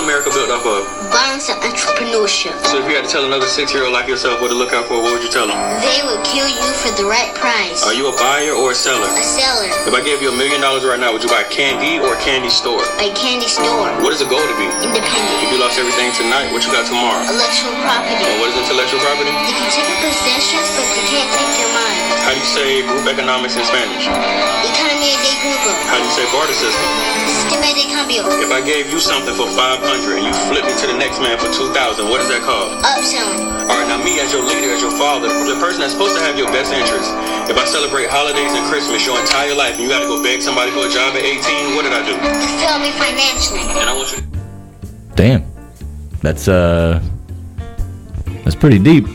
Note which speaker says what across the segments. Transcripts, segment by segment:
Speaker 1: America built off of?
Speaker 2: Violence and entrepreneurship.
Speaker 1: So if you had to tell another six-year-old like yourself what to look out for, what would you tell them?
Speaker 2: They will kill you for the right price.
Speaker 1: Are you a buyer or a seller?
Speaker 2: A seller.
Speaker 1: If I gave you a million dollars right now, would you buy candy or a candy store?
Speaker 2: A candy store.
Speaker 1: What is a goal to be? If
Speaker 2: Independent.
Speaker 1: you lost everything tonight, what you got tomorrow?
Speaker 2: Intellectual
Speaker 1: And
Speaker 2: property.
Speaker 1: what is intellectual property?
Speaker 2: You can take possessions, but you can't take your mind.
Speaker 1: How do you say group economics in Spanish?
Speaker 2: Economía de grupo.
Speaker 1: How do you say barter system?
Speaker 2: Sistema de cambio.
Speaker 1: If I gave you something for 500 and you flip it to the next man for 2,000, what is that called?
Speaker 2: Upselling.
Speaker 1: All right, now me as your leader, as your father, the person that's supposed to have your best interest. If I celebrate holidays and Christmas your entire life and you gotta go beg somebody for a job at 18, what did I do?
Speaker 2: You fail me financially.
Speaker 1: And I want you
Speaker 3: Damn. That's uh that's pretty deep.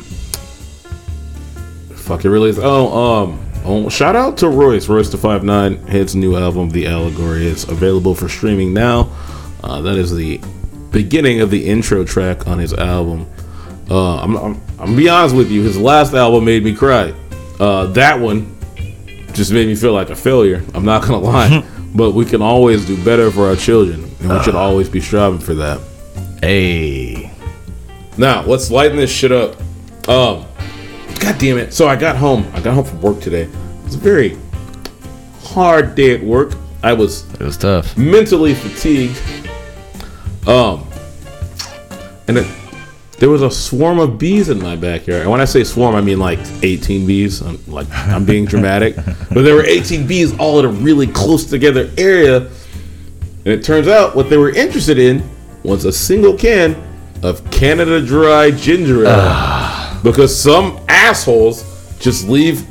Speaker 4: Fuck, it really is. Oh, um, oh, shout out to Royce, Royce the Five Nine. His new album, The Allegory, is available for streaming now. Uh, that is the beginning of the intro track on his album. Uh, I'm, I'm, I'm gonna be honest with you. His last album made me cry. Uh, that one just made me feel like a failure. I'm not gonna lie. but we can always do better for our children, and we should always be striving for that.
Speaker 3: Hey.
Speaker 4: Now let's lighten this shit up. Um, God damn it! So I got home. I got home from work today. It was a very hard day at work. I was
Speaker 3: It was tough.
Speaker 4: mentally fatigued. Um, and it, there was a swarm of bees in my backyard. And when I say swarm, I mean like 18 bees. I'm like I'm being dramatic, but there were 18 bees all in a really close together area. And it turns out what they were interested in was a single can of Canada Dry ginger ale,
Speaker 3: Ah.
Speaker 4: because some assholes just leave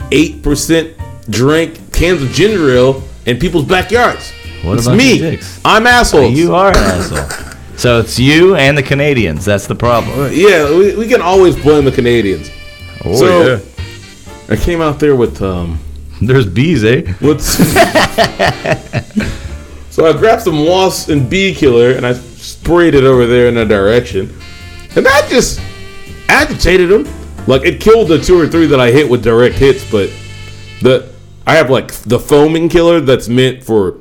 Speaker 4: 98% drink cans of ginger ale in people's backyards.
Speaker 3: What
Speaker 4: it's
Speaker 3: about
Speaker 4: me.
Speaker 3: your dicks?
Speaker 4: I'm assholes.
Speaker 3: You are an asshole. So it's you and the Canadians. That's the problem.
Speaker 4: Yeah, we, we can always blame the Canadians.
Speaker 3: Oh,
Speaker 4: so I came out there with um
Speaker 3: There's bees, eh?
Speaker 4: with So I grabbed some wasp and bee killer and I sprayed it over there in a direction. And that just agitated them. Like it killed the two or three that I hit with direct hits, but the I have like the foaming killer that's meant for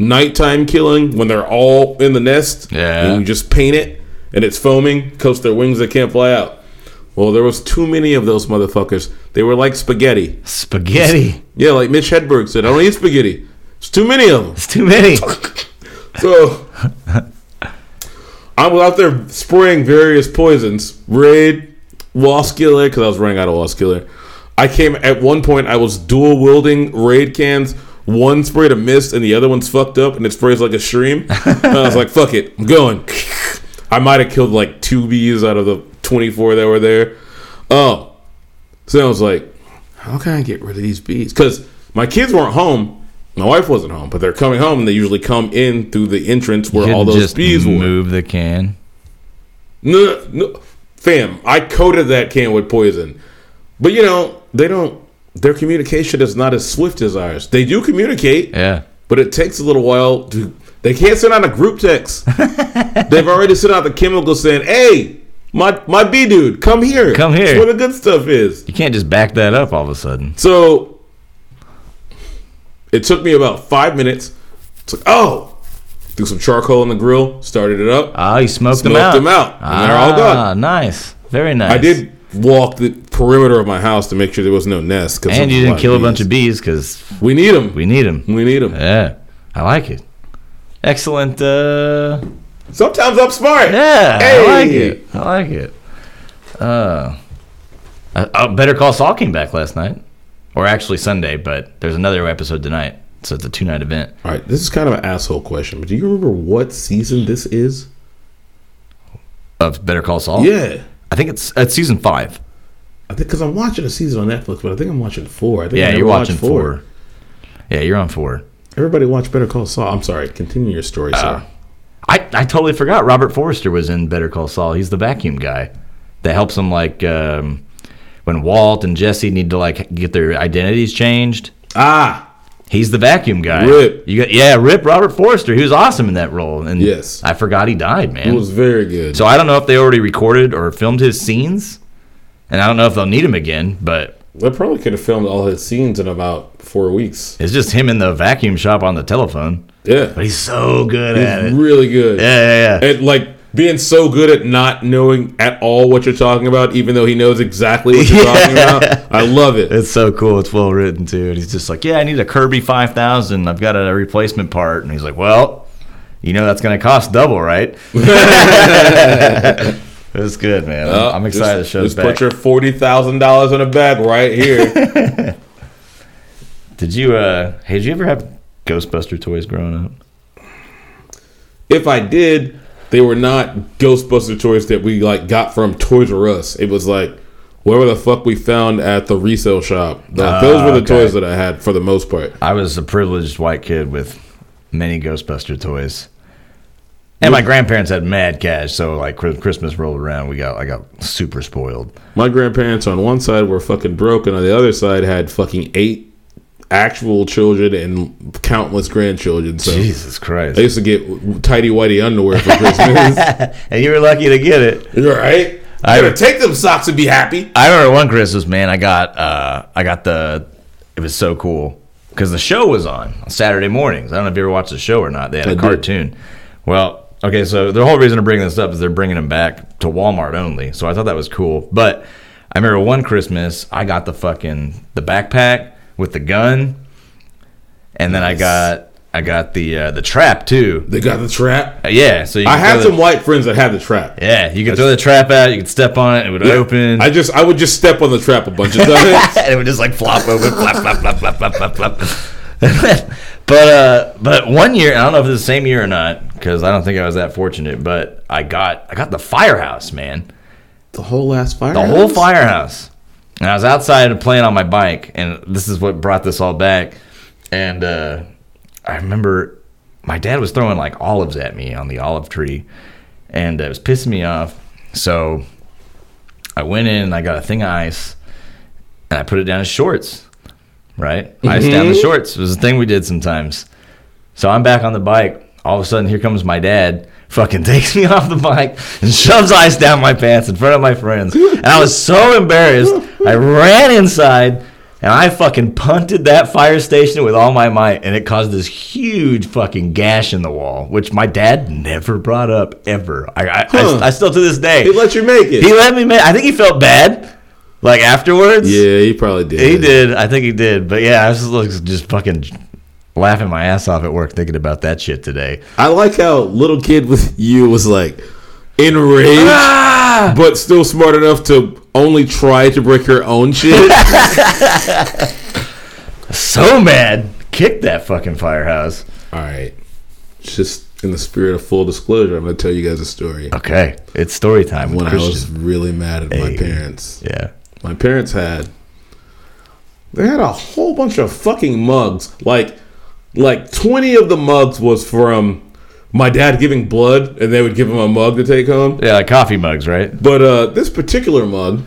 Speaker 4: nighttime killing when they're all in the nest.
Speaker 3: Yeah.
Speaker 4: And you just paint it and it's foaming because their wings that can't fly out. Well, there was too many of those motherfuckers. They were like spaghetti.
Speaker 3: Spaghetti.
Speaker 4: Yeah, like Mitch Hedberg said, I don't eat spaghetti. It's too many of them.
Speaker 3: It's too many.
Speaker 4: So I was out there spraying various poisons, raid, wasp killer, because I was running out of wasp killer. I came at one point. I was dual wielding raid cans. One sprayed a mist, and the other one's fucked up, and it sprays like a stream. and I was like, "Fuck it, I'm going." I might have killed like two bees out of the twenty-four that were there. Oh, so I was like, how can I get rid of these bees? Because my kids weren't home. My wife wasn't home, but they're coming home, and they usually come in through the entrance where all
Speaker 3: Couldn't
Speaker 4: those
Speaker 3: just
Speaker 4: bees were.
Speaker 3: move the can.
Speaker 4: No, no, fam, I coated that can with poison. But you know, they don't. Their communication is not as swift as ours. They do communicate,
Speaker 3: Yeah.
Speaker 4: but it takes a little while to. They can't send out a group text. They've already sent out the chemical saying, "Hey, my my bee dude, come here.
Speaker 3: Come here."
Speaker 4: It's where the good stuff is."
Speaker 3: You can't just back that up all of a sudden.
Speaker 4: So it took me about five minutes. It's like, oh, threw some charcoal in the grill, started it up.
Speaker 3: Ah, you smoked, them
Speaker 4: Smoked
Speaker 3: out.
Speaker 4: them out, and they're all
Speaker 3: Ah,
Speaker 4: gone.
Speaker 3: Nice. Very nice.
Speaker 4: I did walk the perimeter of my house to make sure there was no nest. 'cause
Speaker 3: And
Speaker 4: there's
Speaker 3: you didn't
Speaker 4: lot
Speaker 3: kill a bunch of bees because
Speaker 4: bees. We need them.
Speaker 3: we need them.
Speaker 4: We need them.
Speaker 3: Yeah. I like it. Excellent. Uh,
Speaker 4: Sometimes I'm smart.
Speaker 3: yeah.
Speaker 4: Hey!
Speaker 3: I like it. I like it. Uh, I, I Better Call Saul came back last night. Or actually Sunday, but there's another episode tonight. So it's a two night event.
Speaker 4: All right, this is kind of an asshole question, but do you remember what season this is?
Speaker 3: Of Better Call Saul?
Speaker 4: Yeah.
Speaker 3: I think it's, it's season five.
Speaker 4: I think because I'm watching a season on Netflix, but I think I'm watching four. I think I
Speaker 3: Yeah,
Speaker 4: never
Speaker 3: you're
Speaker 4: watched
Speaker 3: watching four. Yeah, you're on four.
Speaker 4: Everybody watch Better Call Saul. I'm sorry. Continue your story,
Speaker 3: Uh,
Speaker 4: sir.
Speaker 3: I, I totally forgot Robert Forrester was in Better Call Saul. He's the vacuum guy that helps him like um, when Walt and Jesse need to like get their identities changed.
Speaker 4: Ah,
Speaker 3: He's the vacuum guy.
Speaker 4: Rip.
Speaker 3: You got yeah, Rip Robert Forrester. He was awesome in that role. And
Speaker 4: Yes.
Speaker 3: I forgot he died,
Speaker 4: it
Speaker 3: man.
Speaker 4: was very good.
Speaker 3: so I don't know if they already recorded or filmed his scenes, and I don't know if they'll need him again. But
Speaker 4: They probably could have filmed all his scenes in about four weeks.
Speaker 3: it's just him in the vacuum shop on the telephone.
Speaker 4: Yeah.
Speaker 3: but he's so good at it.
Speaker 4: He's really good.
Speaker 3: yeah, yeah, yeah.
Speaker 4: And like being so good at not knowing at all what you're talking about, even though he knows exactly what you're talking about. I love it.
Speaker 3: It's so cool. It's well written too. And he's just like, yeah, I need a Kirby 5000. I've got a replacement part. And he's like, well, you know that's going to cost double, right? it's good, man. I'm-
Speaker 4: Uh,
Speaker 3: I'm excited
Speaker 4: just-
Speaker 3: to show this
Speaker 4: Just
Speaker 3: back.
Speaker 4: put your forty thousand dollars on a bag right here.
Speaker 3: Did you uh hey, did you ever have Ghostbuster toys growing up?
Speaker 4: if I did, they were not Ghostbuster toys that we like got from Toys R Us. It was like wherever the fuck we found at the resale shop. Like, those were the
Speaker 3: Ah, okay.
Speaker 4: toys that I had for the most part.
Speaker 3: I was a privileged white kid with many Ghostbuster toys. And my grandparents had mad cash, so like Chris- Christmas rolled around, we got I got super spoiled.
Speaker 4: My grandparents on one side were fucking broke, and on the other side had fucking eight actual children and countless grandchildren. So
Speaker 3: Jesus Christ!
Speaker 4: I used to get tidy whitey underwear for Christmas.
Speaker 3: And you were lucky to get it.
Speaker 4: You're right.
Speaker 3: I-
Speaker 4: I gotta take them socks and be happy.
Speaker 3: I remember one Christmas, man. I got uh, I got the. It was so cool because the show was on on Saturday mornings. I don't know if you ever watched the show or not. They had a
Speaker 4: I did.
Speaker 3: cartoon. Well, okay, so the whole reason to bring this up is they're bringing them back to Walmart only. So I thought that was cool. But I remember one Christmas, I got the fucking the backpack with the gun, and then I got I got the uh, the trap too.
Speaker 4: They got the trap.
Speaker 3: Yeah, so you
Speaker 4: I
Speaker 3: could
Speaker 4: had
Speaker 3: throw
Speaker 4: some
Speaker 3: the-
Speaker 4: white friends that had the trap.
Speaker 3: Yeah, you could throw the trap out. You could step on it; it would open.
Speaker 4: I just I would just step on the trap a bunch of times.
Speaker 3: and it would just like flop over, flap, flap, flap, flap, flap, flap, flap. but uh, but one year, I don't know if it's the same year or not, because I don't think I was that fortunate. But I got I got the firehouse, man,
Speaker 4: the whole ass fire.
Speaker 3: the whole firehouse. And I was outside playing on my bike, and this is what brought this all back. And uh, I remember my dad was throwing like olives at me on the olive tree, and it was pissing me off. So I went in and I got a thing of ice, and I put it down as shorts. Right, ice down
Speaker 4: Mm-hmm.
Speaker 3: the shorts was a thing we did sometimes. So I'm back on the bike. All of a sudden, here comes my dad. Fucking takes me off the bike and shoves ice down my pants in front of my friends. And I was so embarrassed. I ran inside and I fucking punted that fire station with all my might. And it caused this huge fucking gash in the wall, which my dad never brought up ever. I, I, I-
Speaker 4: Huh.
Speaker 3: I still to this day.
Speaker 4: He let you make it.
Speaker 3: He let me. ma- I think he felt bad, like afterwards.
Speaker 4: yeah, he probably did.
Speaker 3: he did. I think he did. But yeah, I was just, like, just fucking laughing my ass off at work thinking about that shit today.
Speaker 4: I like how little kid with you was like enraged,
Speaker 3: Ah!
Speaker 4: but still smart enough to only try to break your own shit.
Speaker 3: So mad. Kick that fucking firehouse.
Speaker 4: All right, just in the spirit of full disclosure, I'm gonna tell you guys a story.
Speaker 3: Okay, it's story time with
Speaker 4: When I was
Speaker 3: Christian.
Speaker 4: really mad at my
Speaker 3: Hey.
Speaker 4: parents,
Speaker 3: Yeah.
Speaker 4: my parents had they had a whole bunch of fucking mugs like like 20 of the mugs was from my dad giving blood and they would give him a mug to take home
Speaker 3: Yeah, like coffee mugs, right?
Speaker 4: but uh this particular mug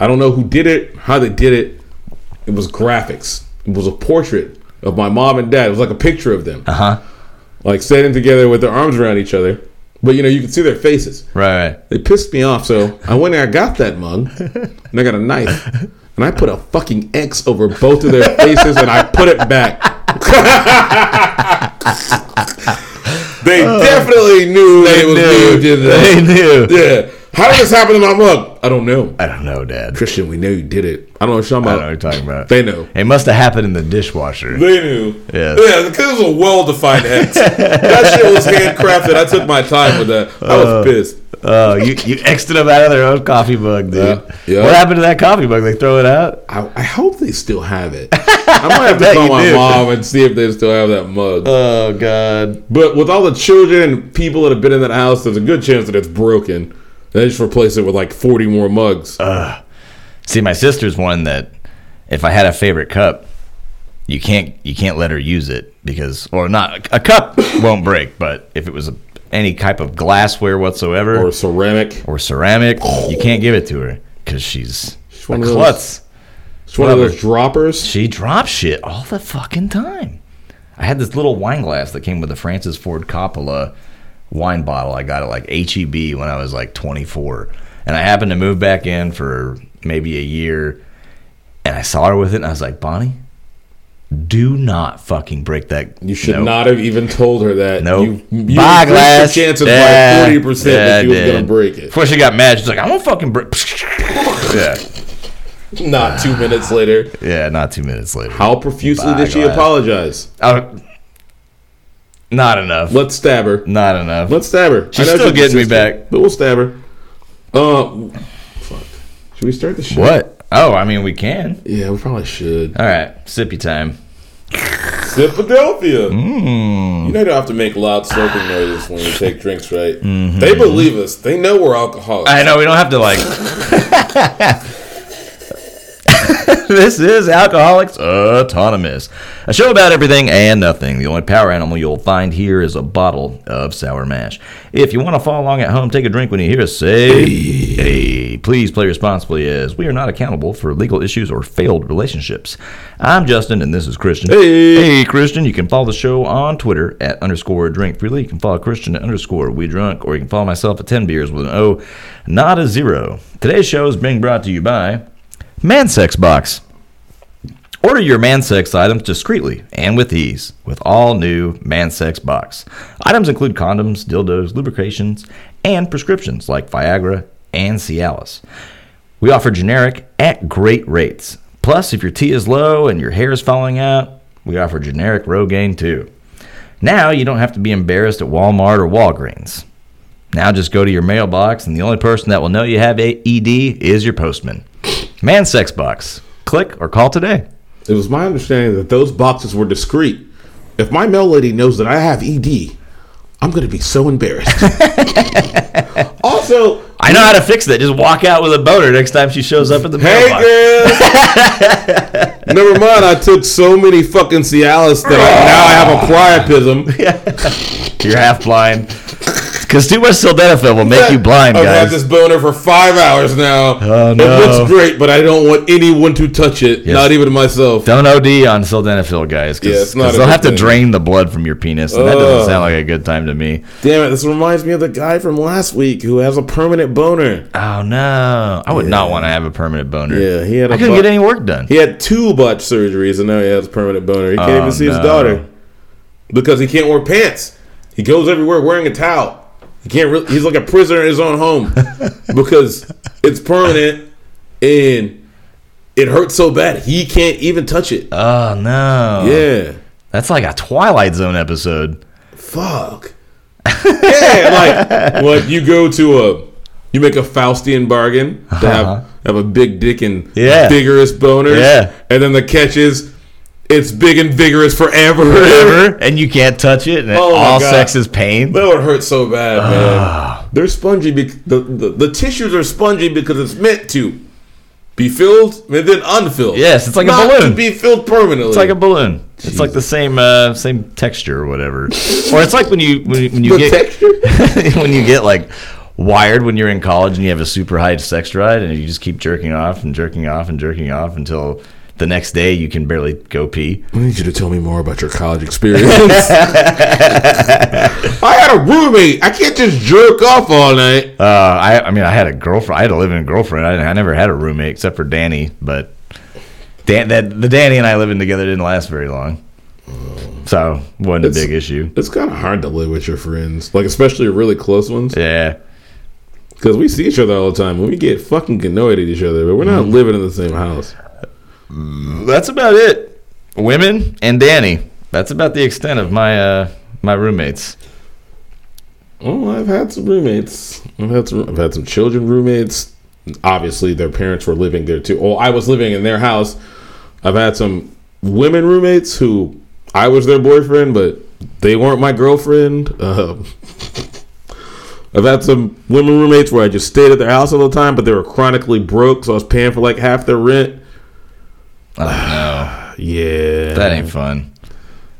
Speaker 4: i don't know who did it how they did it it was graphics it was a portrait of my mom and dad it was like a picture of them
Speaker 3: Uh huh.
Speaker 4: like standing together with their arms around each other but you know you could see their faces
Speaker 3: Right, right.
Speaker 4: they pissed me off, so I went and I got that mug, and I got a knife, and I put a fucking X over both of their faces, and I put it back. they definitely knew that it was me who did
Speaker 3: Uh, They
Speaker 4: that.
Speaker 3: knew.
Speaker 4: Yeah. How did this happen to my mug? I don't know.
Speaker 3: I don't know, Dad.
Speaker 4: Christian, we know you did it. I don't know what you're
Speaker 3: I don't
Speaker 4: talking
Speaker 3: know what you're
Speaker 4: about.
Speaker 3: talking about.
Speaker 4: They know.
Speaker 3: It must have happened in the dishwasher.
Speaker 4: They knew.
Speaker 3: Yeah.
Speaker 4: Yeah, because it was a well defined X. that shit was handcrafted. I took my time with that. I was pissed.
Speaker 3: Oh, you you X'd them out of their own coffee mug, dude.
Speaker 4: Yeah, yeah.
Speaker 3: What happened to that coffee mug? They throw it out?
Speaker 4: I, I hope they still have it. I might have to
Speaker 3: bet
Speaker 4: call
Speaker 3: you
Speaker 4: my
Speaker 3: do.
Speaker 4: mom and see if they still have that mug.
Speaker 3: Oh God.
Speaker 4: but with all the children and people that have been in that house, there's a good chance that it's broken. They just replace it with like 40 more mugs.
Speaker 3: Uh. See, my sister's one that if I had a favorite cup, you can't you can't let her use it because or not a cup won't break, but if it was a, any type of glassware whatsoever
Speaker 4: or
Speaker 3: or,
Speaker 4: ceramic.
Speaker 3: ceramic, you can't give it to her because she's a
Speaker 4: one of those-
Speaker 3: klutz.
Speaker 4: It's one of
Speaker 3: rubber.
Speaker 4: those droppers.
Speaker 3: She drops shit all the fucking time. I had this little wine glass that came with a Francis Ford Coppola wine bottle. I got it like HEB when I was like 24. And I happened to move back in for maybe a year. And I saw her with it and I was like, Bonnie, do not fucking break that.
Speaker 4: You should
Speaker 3: nope.
Speaker 4: not have even told her that.
Speaker 3: Nope.
Speaker 4: You, you
Speaker 3: Bye,
Speaker 4: increased your
Speaker 3: Glass.
Speaker 4: chances
Speaker 3: Yeah.
Speaker 4: by forty percent
Speaker 3: Yeah, I
Speaker 4: that she was
Speaker 3: did.
Speaker 4: gonna break it.
Speaker 3: Before she got mad, she's like, "I won't fucking break." yeah,
Speaker 4: Not two minutes later.
Speaker 3: yeah. Not two minutes later.
Speaker 4: How profusely
Speaker 3: Bye,
Speaker 4: did she
Speaker 3: Glass.
Speaker 4: apologize?
Speaker 3: I- not enough.
Speaker 4: Let's stab her.
Speaker 3: Not enough.
Speaker 4: Let's stab her.
Speaker 3: She's
Speaker 4: I know
Speaker 3: still getting me
Speaker 4: persistent,
Speaker 3: back.
Speaker 4: but we'll stab her. Uh, fuck. Should we start the shit?
Speaker 3: What? Oh, I mean, we can.
Speaker 4: Yeah, we probably should.
Speaker 3: All right, sippy time.
Speaker 4: Philadelphia. You know you don't have to make loud slurping noises when you take drinks, right? They believe us. They know we're alcoholics.
Speaker 3: I know we don't have to like. this is Alcoholics Autonomous, a show about everything and nothing. The only power animal you'll find here is a bottle of sour mash. If you want to follow along at home, take a drink when you hear us say, hey, please play responsibly as we are not accountable for legal issues or failed relationships. I'm Justin and this is Christian. Hey, Christian, you can follow the show on Twitter at underscore drink freely. You can follow Christian at underscore we drunk, or you can follow myself at 10 beers with an O, not a zero. Today's show is being brought to you by Mansex Box. Order your Mansex items discreetly and with ease with all new Mansex Box. Items include condoms, dildos, lubrications, and prescriptions like Viagra and Cialis. We offer generic at great rates. Plus, if your tea is low and your hair is falling out, we offer generic Rogaine too. Now you don't have to be embarrassed at Walmart or Walgreens. Now just go to your mailbox, and the only person that will know you have a ED is your postman. Man Sex Box. Click or call today.
Speaker 4: It was my understanding that those boxes were discreet. If my mail lady knows that I have ED, I'm going to be so embarrassed. also,
Speaker 3: I know how to fix that. Just walk out with a boner next time she shows up at the
Speaker 4: hey
Speaker 3: mailbox.
Speaker 4: girl. Never mind, I took so many fucking Cialis that I, now I have a priapism.
Speaker 3: You're half blind. Because too much sildenafil will make you blind,
Speaker 4: I've had
Speaker 3: guys.
Speaker 4: this boner for five hours now.
Speaker 3: Oh, no.
Speaker 4: It looks great, but I don't want anyone to touch it,
Speaker 3: Yes.
Speaker 4: not even myself.
Speaker 3: Don't OD on sildenafil, guys.
Speaker 4: Yeah,
Speaker 3: Because
Speaker 4: it's not a
Speaker 3: they'll
Speaker 4: good
Speaker 3: have to
Speaker 4: thing. Oh.
Speaker 3: drain the blood from your penis, and that doesn't
Speaker 4: Ugh.
Speaker 3: sound like a good time to me.
Speaker 4: Damn it, this reminds me of the guy from last week who has a permanent boner.
Speaker 3: Oh no, I would not want to have a permanent boner.
Speaker 4: Yeah, he had a
Speaker 3: I couldn't
Speaker 4: bu-
Speaker 3: get any work done.
Speaker 4: He had two butt surgeries and now he has a permanent boner. He can't
Speaker 3: Oh,
Speaker 4: even see his
Speaker 3: no.
Speaker 4: daughter because he can't wear pants. He goes everywhere wearing a towel. He can't. Re- he's like a prisoner in his own home because it's permanent and it hurts so bad he can't even touch it.
Speaker 3: Oh no,
Speaker 4: Yeah,
Speaker 3: that's like a Twilight Zone episode.
Speaker 4: fuck. yeah, like like you go to a you make a Faustian bargain to
Speaker 3: Uh-huh.
Speaker 4: have have a big dick and
Speaker 3: Yeah.
Speaker 4: vigorous boners.
Speaker 3: Yeah.
Speaker 4: and then the catch is it's big and vigorous forever.
Speaker 3: Ever, and you can't touch it, and
Speaker 4: Oh, my
Speaker 3: all
Speaker 4: God.
Speaker 3: sex is pain.
Speaker 4: That would hurt so bad,
Speaker 3: Ah.
Speaker 4: man. They're spongy. Bec- the, the the tissues are spongy because it's meant to be filled and then unfilled.
Speaker 3: Yes, it's like a
Speaker 4: Not
Speaker 3: balloon.
Speaker 4: to be filled permanently.
Speaker 3: It's like a balloon. It's like the same uh, same texture or whatever. or it's like when you when you, when you
Speaker 4: The
Speaker 3: get
Speaker 4: texture?
Speaker 3: when you get like wired when you're in college and you have a super high sex drive and you just keep jerking off and jerking off and jerking off until the next day you can barely go pee.
Speaker 4: I need you to tell me more about your college experience. I had a roommate. I can't just jerk off all night.
Speaker 3: Uh, I, I mean, I had a girlfriend. I had a living girlfriend. I, I never had a roommate except for Danny, but Dan, that, the Danny and I living together didn't last very long, so wasn't a
Speaker 4: It's-
Speaker 3: big issue.
Speaker 4: It's kind of hard to live with your friends, like especially your really close ones,
Speaker 3: Yeah,
Speaker 4: because we see each other all the time. and We get fucking annoyed at each other, but we're not living in the same house.
Speaker 3: that's about it. Women and Danny. That's about the extent of my uh, my roommates.
Speaker 4: Oh, I've had some roommates. I've had some. I've had some children roommates. Obviously, their parents were living there too. Well, I was living in their house. I've had some women roommates who I was their boyfriend, but they weren't my girlfriend. Um, I've had some women roommates where I just stayed at their house all the time, but they were chronically broke, so I was paying for like half their rent.
Speaker 3: Oh
Speaker 4: Yeah,
Speaker 3: no, that ain't fun.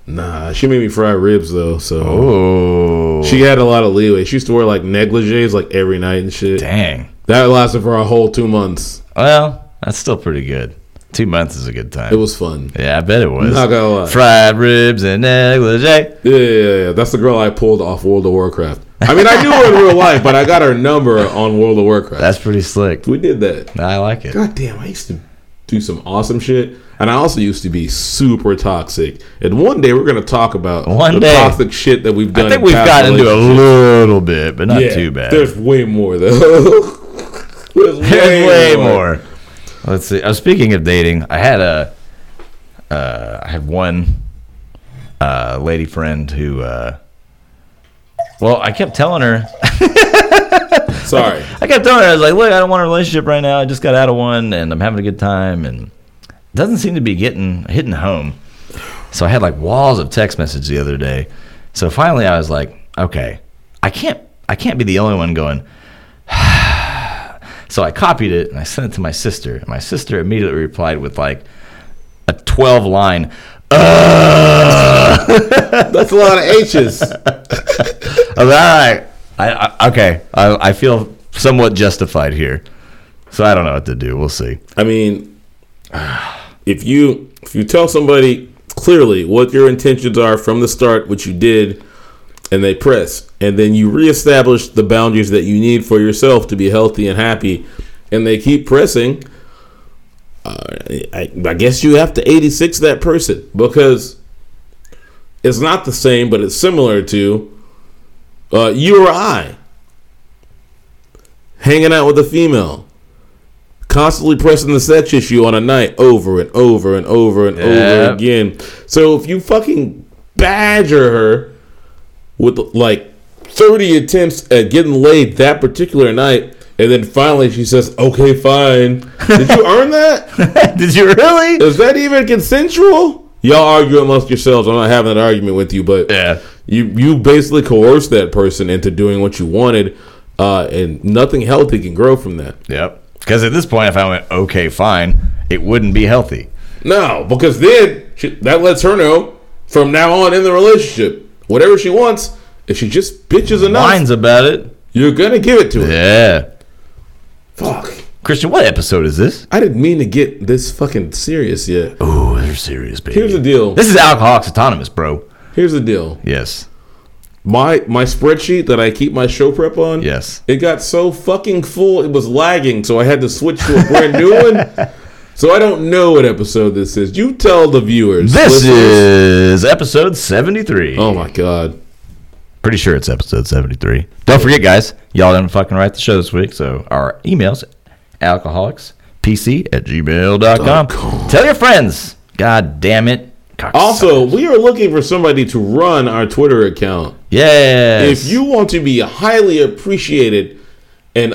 Speaker 4: nah. She made me fry ribs though, so
Speaker 3: Oh,
Speaker 4: she had a lot of leeway. She used to wear like negligees like every night and shit.
Speaker 3: dang.
Speaker 4: That lasted for a whole two months.
Speaker 3: Well, that's still pretty good. Two months is a good
Speaker 4: It
Speaker 3: time.
Speaker 4: was fun.
Speaker 3: Yeah, I bet it was.
Speaker 4: Not gonna lie.
Speaker 3: Fried ribs and negligee.
Speaker 4: Yeah, yeah, yeah. That's the girl I pulled off World of Warcraft. I mean, I knew her in real life, but I got her number on World of Warcraft.
Speaker 3: That's pretty slick.
Speaker 4: we did that.
Speaker 3: I like it.
Speaker 4: God damn, I used to do some awesome shit. And I also used to be super toxic. And one day we're going to talk about
Speaker 3: One
Speaker 4: the
Speaker 3: day.
Speaker 4: toxic shit that we've done.
Speaker 3: I think
Speaker 4: in
Speaker 3: we've
Speaker 4: past
Speaker 3: gotten into a
Speaker 4: relationships.
Speaker 3: little bit, but not
Speaker 4: Yeah,
Speaker 3: too bad.
Speaker 4: There's way more though. there's way,
Speaker 3: There's way more. Let's see. Uh, speaking of dating, I had a, uh, I had one, uh, lady friend who, uh, well, I kept telling her,
Speaker 4: Sorry.
Speaker 3: I kept telling her, I was like, look, I don't want a relationship right now. I just got out of one, and I'm having a good time, and it doesn't seem to be getting hitting home. So I had like walls of text message the other day. So finally, I was like, okay, I can't, I can't be the only one going. so I copied it and I sent it to my sister. And my sister immediately replied with like a 12 line.
Speaker 4: That's a lot of H's.
Speaker 3: I was all right. I, I, okay, I, I feel somewhat justified here. So I don't know what to do. We'll see.
Speaker 4: I mean, if you if you tell somebody clearly what your intentions are from the start, what you did, and they press, and then you reestablish the boundaries that you need for yourself to be healthy and happy, and they keep pressing, uh, I, I guess you have to 86 that person because it's not the same, but it's similar to uh, you or I hanging out with a female constantly pressing the sex issue on a night over and over and over and over
Speaker 3: Yep.
Speaker 4: again. So if you fucking badger her with like 30 attempts at getting laid that particular night, and then finally she says, "Okay, fine." Did you earn that?
Speaker 3: Did you really?
Speaker 4: Is that even consensual? Y'all argue amongst yourselves. I'm not having an argument with you, but
Speaker 3: Yeah.
Speaker 4: you you basically coerced that person into doing what you wanted, uh, and nothing healthy can grow from that.
Speaker 3: Yep. Because at this point, if I went, okay, fine, it wouldn't be healthy.
Speaker 4: No, because then she, that lets her know from now on in the relationship, whatever she wants, if she just bitches enough,
Speaker 3: Lines about it.
Speaker 4: you're gonna give it to her.
Speaker 3: Yeah.
Speaker 4: Fuck.
Speaker 3: Christian, what episode is this?
Speaker 4: I didn't mean to get this fucking serious yet.
Speaker 3: Oh, they're serious, baby.
Speaker 4: Here's the deal.
Speaker 3: This is Alcoholics Autonomous, bro.
Speaker 4: Here's the deal.
Speaker 3: Yes.
Speaker 4: My my spreadsheet that I keep my show prep on.
Speaker 3: Yes.
Speaker 4: It got so fucking full, it was lagging, so I had to switch to a brand new one. So I don't know what episode this is. You tell the viewers.
Speaker 3: This
Speaker 4: listeners.
Speaker 3: is episode 73.
Speaker 4: Oh my god.
Speaker 3: Pretty sure it's episode 73. Don't forget, guys, y'all didn't fucking write the show this week, so our email's alcoholicspc at gmail.com.
Speaker 4: com.
Speaker 3: Tell your friends. God damn it. Cocksucker.
Speaker 4: Also, we are looking for somebody to run our Twitter account.
Speaker 3: yes.
Speaker 4: If you want to be highly appreciated and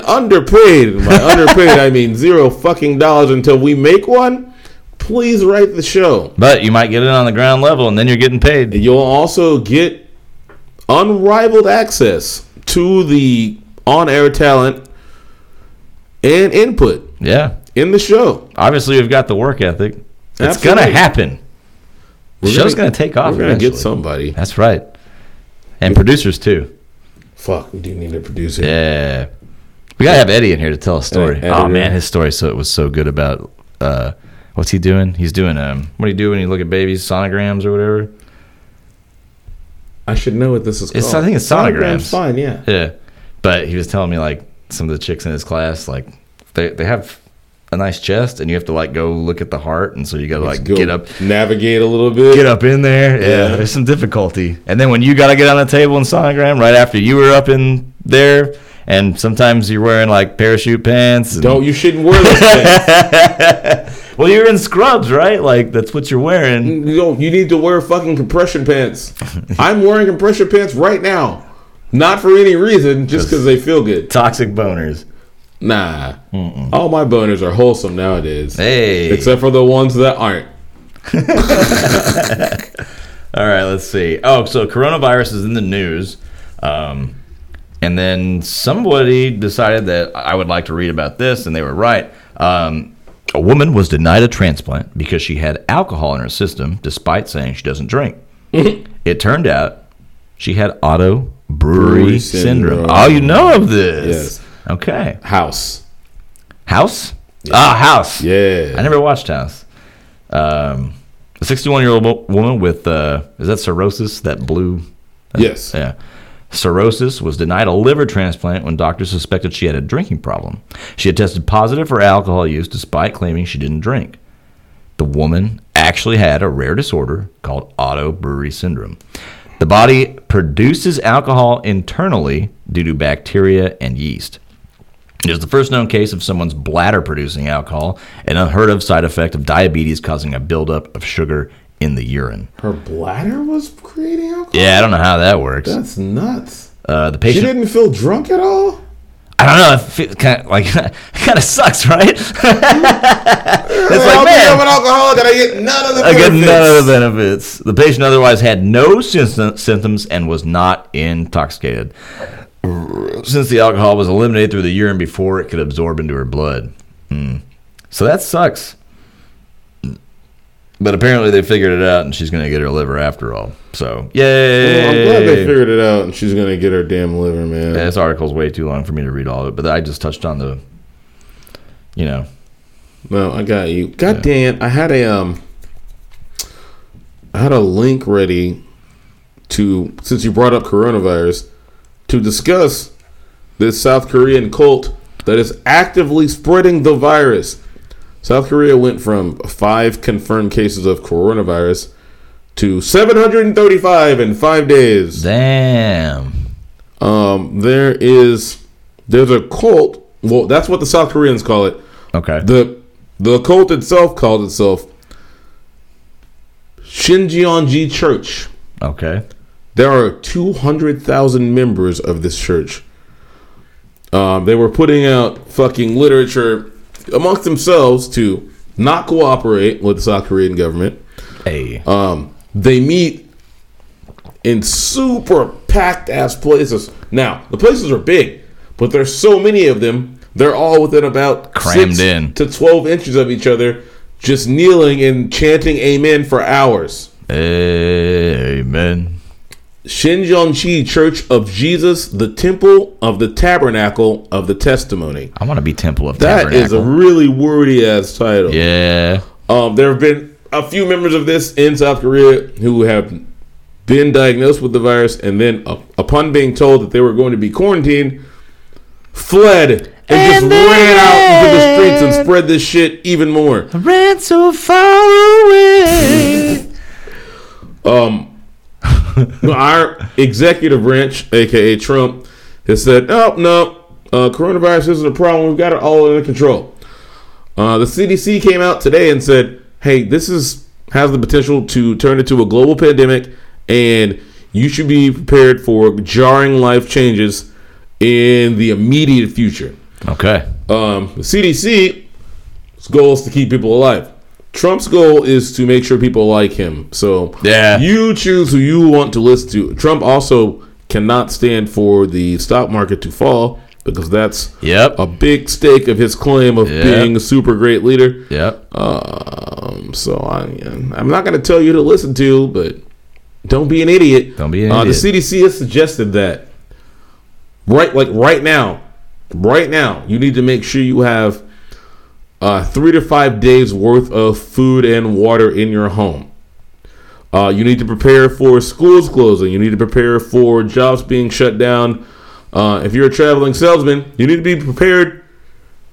Speaker 4: underpaid, and by underpaid I mean zero fucking dollars until we make one, please write the show.
Speaker 3: But you might get it on the ground level, and then you're getting paid.
Speaker 4: You'll also get unrivaled access to the on-air talent and input
Speaker 3: Yeah.
Speaker 4: in the show.
Speaker 3: Obviously, we've got the work ethic. It's
Speaker 4: Absolutely.
Speaker 3: gonna happen. The
Speaker 4: We're
Speaker 3: show's
Speaker 4: gonna-
Speaker 3: gonna, take off.
Speaker 4: We're gonna
Speaker 3: eventually.
Speaker 4: get somebody.
Speaker 3: That's right. And producers too.
Speaker 4: Fuck, we do need a producer.
Speaker 3: Yeah. We gotta have Eddie in here to tell a story.
Speaker 4: Eddie,
Speaker 3: oh
Speaker 4: Eddie.
Speaker 3: man, his story so it was so good about uh what's he doing? He's doing um what do you do when you look at babies, sonograms or whatever?
Speaker 4: I should know what this is
Speaker 3: It's- I
Speaker 4: called.
Speaker 3: think it's sonograms.
Speaker 4: Fine, yeah.
Speaker 3: Yeah. But he was telling me like some of the chicks in his class, like they they have a nice chest and you have to like go look at the heart and so you gotta like
Speaker 4: Go
Speaker 3: get up
Speaker 4: navigate a little bit.
Speaker 3: get up in there. Yeah,
Speaker 4: Yeah.
Speaker 3: there's some difficulty. And then when you got to get on the table and sonogram right after you were up in there, and sometimes you're wearing like parachute pants. and-
Speaker 4: Don't you shouldn't wear those things.
Speaker 3: Well, you're in scrubs, right? Like that's what you're wearing.
Speaker 4: you don't. You need to wear fucking compression pants. I'm wearing compression pants right now, not for any reason, just because they feel good.
Speaker 3: Toxic boners.
Speaker 4: Nah, all my boners are wholesome nowadays,
Speaker 3: Hey.
Speaker 4: except for the ones that aren't.
Speaker 3: All right, let's see. Oh, so coronavirus is in the news. Um, and then somebody decided that I would like to read about this, and they were right. Um, a woman was denied a transplant because she had alcohol in her system despite saying she doesn't drink. it turned out she had auto brewery
Speaker 4: Brewery
Speaker 3: syndrome.
Speaker 4: syndrome.
Speaker 3: Oh, you know of this.
Speaker 4: Yes.
Speaker 3: Okay.
Speaker 4: House,
Speaker 3: House? Ah, House.
Speaker 4: yeah.
Speaker 3: I never watched House. Um, a 61 year old wo- woman with, uh, is that cirrhosis? That blue.
Speaker 4: yes,
Speaker 3: Yeah. Cirrhosis was denied a liver transplant when doctors suspected she had a drinking problem. She had tested positive for alcohol use despite claiming she didn't drink. the woman actually had a rare disorder called autobrewery syndrome. The body produces alcohol internally due to bacteria and yeast. It is the first known case of someone's bladder producing alcohol, an unheard of side effect of diabetes causing a buildup of sugar in the urine.
Speaker 4: Her bladder was creating alcohol.
Speaker 3: Yeah, I don't know how that works.
Speaker 4: That's nuts.
Speaker 3: Uh, the
Speaker 4: She
Speaker 3: patient,
Speaker 4: didn't feel drunk at all.
Speaker 3: I don't know, it fe- kind of, like kind of sucks, right? it's
Speaker 4: I'll
Speaker 3: like
Speaker 4: be
Speaker 3: man,
Speaker 4: an alcoholic and I get none of the
Speaker 3: I get
Speaker 4: benefits.
Speaker 3: none of the benefits. The patient otherwise had no syn- symptoms and was not intoxicated. Since the alcohol was eliminated through the urine before it could absorb into her blood. Hmm. So that sucks. But apparently they figured it out and she's going to get her liver after all. So, yay.
Speaker 4: Well, I'm glad they figured it out, and she's gonna get her damn liver, man.
Speaker 3: Yeah, this article's way too long for me to read all of it, but I just touched on the, you know,
Speaker 4: No, I got you. God damn, I had a um, I had a link ready to since you brought up coronavirus to discuss this South Korean cult that is actively spreading the virus. South Korea went from five confirmed cases of coronavirus to 735 in five days.
Speaker 3: damn.
Speaker 4: Um, there is there's a cult. Well, that's what the South Koreans call it.
Speaker 3: Okay.
Speaker 4: The the cult itself called itself Shinjeonji Church.
Speaker 3: okay.
Speaker 4: There are 200,000 members of this church. Um, they were putting out fucking literature amongst themselves to not cooperate with the South Korean government.
Speaker 3: Hey.
Speaker 4: Um, they meet in super packed ass places. Now, the places are big, but there's so many of them, they're all within about
Speaker 3: Crammed in.
Speaker 4: to 12 inches of each other, just kneeling and chanting amen for hours.
Speaker 3: Amen.
Speaker 4: Shinjeonji Church of Jesus, the temple of the tabernacle of the testimony.
Speaker 3: I want to be Temple of
Speaker 4: That is
Speaker 3: Tabernacle.
Speaker 4: a really wordy ass title.
Speaker 3: yeah.
Speaker 4: Um, there have been a few members of this in South Korea who have been diagnosed with the virus and then, up upon being told that they were going to be quarantined, fled and, just ran out into the streets and spread this shit even more.
Speaker 3: Ran so far away.
Speaker 4: Our executive branch, aka Trump, has said, "Oh no, uh, coronavirus isn't a problem. We've got it all under control." Uh, the CDC came out today and said, "Hey, this is has the potential to turn into a global pandemic, and you should be prepared for jarring life changes in the immediate future."
Speaker 3: okay.
Speaker 4: Um, the CDC's goal is to keep people alive. Trump's goal is to make sure people like him. So
Speaker 3: Yeah.
Speaker 4: you choose who you want to listen to. Trump also cannot stand for the stock market to fall because that's
Speaker 3: Yep.
Speaker 4: a big stake of his claim of
Speaker 3: Yeah.
Speaker 4: being a super great leader.
Speaker 3: Yep.
Speaker 4: uh, Um, so I, I'm not going to tell you to listen to, but don't be an idiot.
Speaker 3: Don't be an
Speaker 4: Uh, the
Speaker 3: idiot.
Speaker 4: CDC has suggested that right, like right now, right now, you need to make sure you have uh, three to five days worth of food and water in your home. Uh, you need to prepare for schools closing. You need to prepare for jobs being shut down. Uh, if you're a traveling salesman, you need to be prepared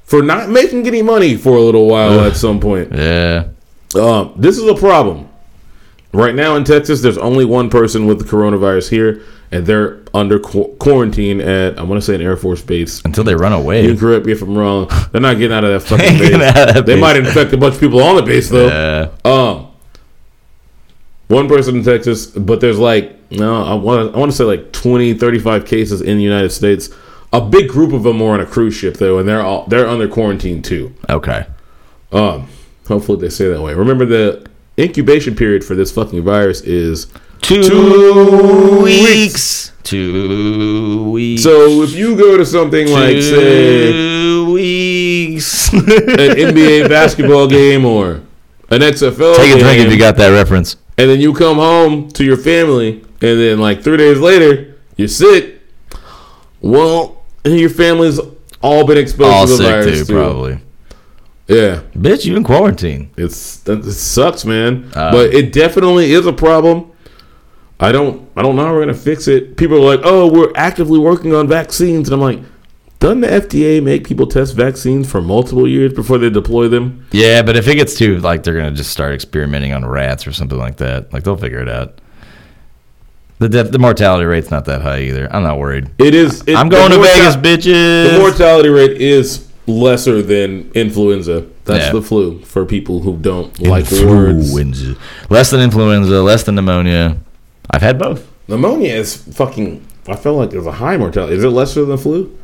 Speaker 4: for not making any money for a little while at some point.
Speaker 3: yeah.
Speaker 4: Um, this is a problem. Right now in Texas, there's only one person with the coronavirus here, and they're under qu- quarantine at I want to say an Air Force base.
Speaker 3: Until they run
Speaker 4: You
Speaker 3: away.
Speaker 4: correct me if I'm wrong. They're not getting out of that
Speaker 3: They
Speaker 4: fucking
Speaker 3: ain't
Speaker 4: base.
Speaker 3: getting out of that
Speaker 4: they
Speaker 3: base.
Speaker 4: might infect a bunch of people on the base though.
Speaker 3: Uh,
Speaker 4: Um, one person in Texas, but there's like no, I want I want to say like 20, 35 cases in the United States. A big group of them are on a cruise ship though, and they're all they're under quarantine too.
Speaker 3: okay.
Speaker 4: Um, hopefully they say that way. Remember the incubation period for this fucking virus is
Speaker 3: Two,
Speaker 4: weeks.
Speaker 3: Two weeks.
Speaker 4: so if you go to something like say
Speaker 3: two weeks.
Speaker 4: an NBA basketball game or an XFL
Speaker 3: Take a
Speaker 4: game,
Speaker 3: drink if you got that reference.
Speaker 4: and then you come home to your family, and then like three days later you're sick. Well, your family's all been exposed
Speaker 3: All
Speaker 4: to the
Speaker 3: sick
Speaker 4: virus
Speaker 3: too,
Speaker 4: too.
Speaker 3: probably.
Speaker 4: Yeah,
Speaker 3: Bitch, you in quarantine.
Speaker 4: It's that it sucks, man.
Speaker 3: Uh,
Speaker 4: but it definitely is a problem. I don't I don't know how we're gonna fix it. People are like, oh, we're actively working on vaccines, and I'm like, Doesn't the FDA make people test vaccines for multiple years before they deploy them?
Speaker 3: Yeah, but if it gets too like they're gonna just start experimenting on rats or something like that, like they'll figure it out. The death, the mortality rate's not that high either. I'm not worried.
Speaker 4: It is. It,
Speaker 3: I'm going
Speaker 4: the
Speaker 3: to
Speaker 4: morta-
Speaker 3: Vegas, bitches.
Speaker 4: The mortality rate is lesser than influenza. That's
Speaker 3: Yeah.
Speaker 4: the flu for people who don't like words.
Speaker 3: influenza. Less than influenza, less than pneumonia. I've had both.
Speaker 4: Pneumonia is fucking. I feel like there's a high mortality. Is it lesser than flu?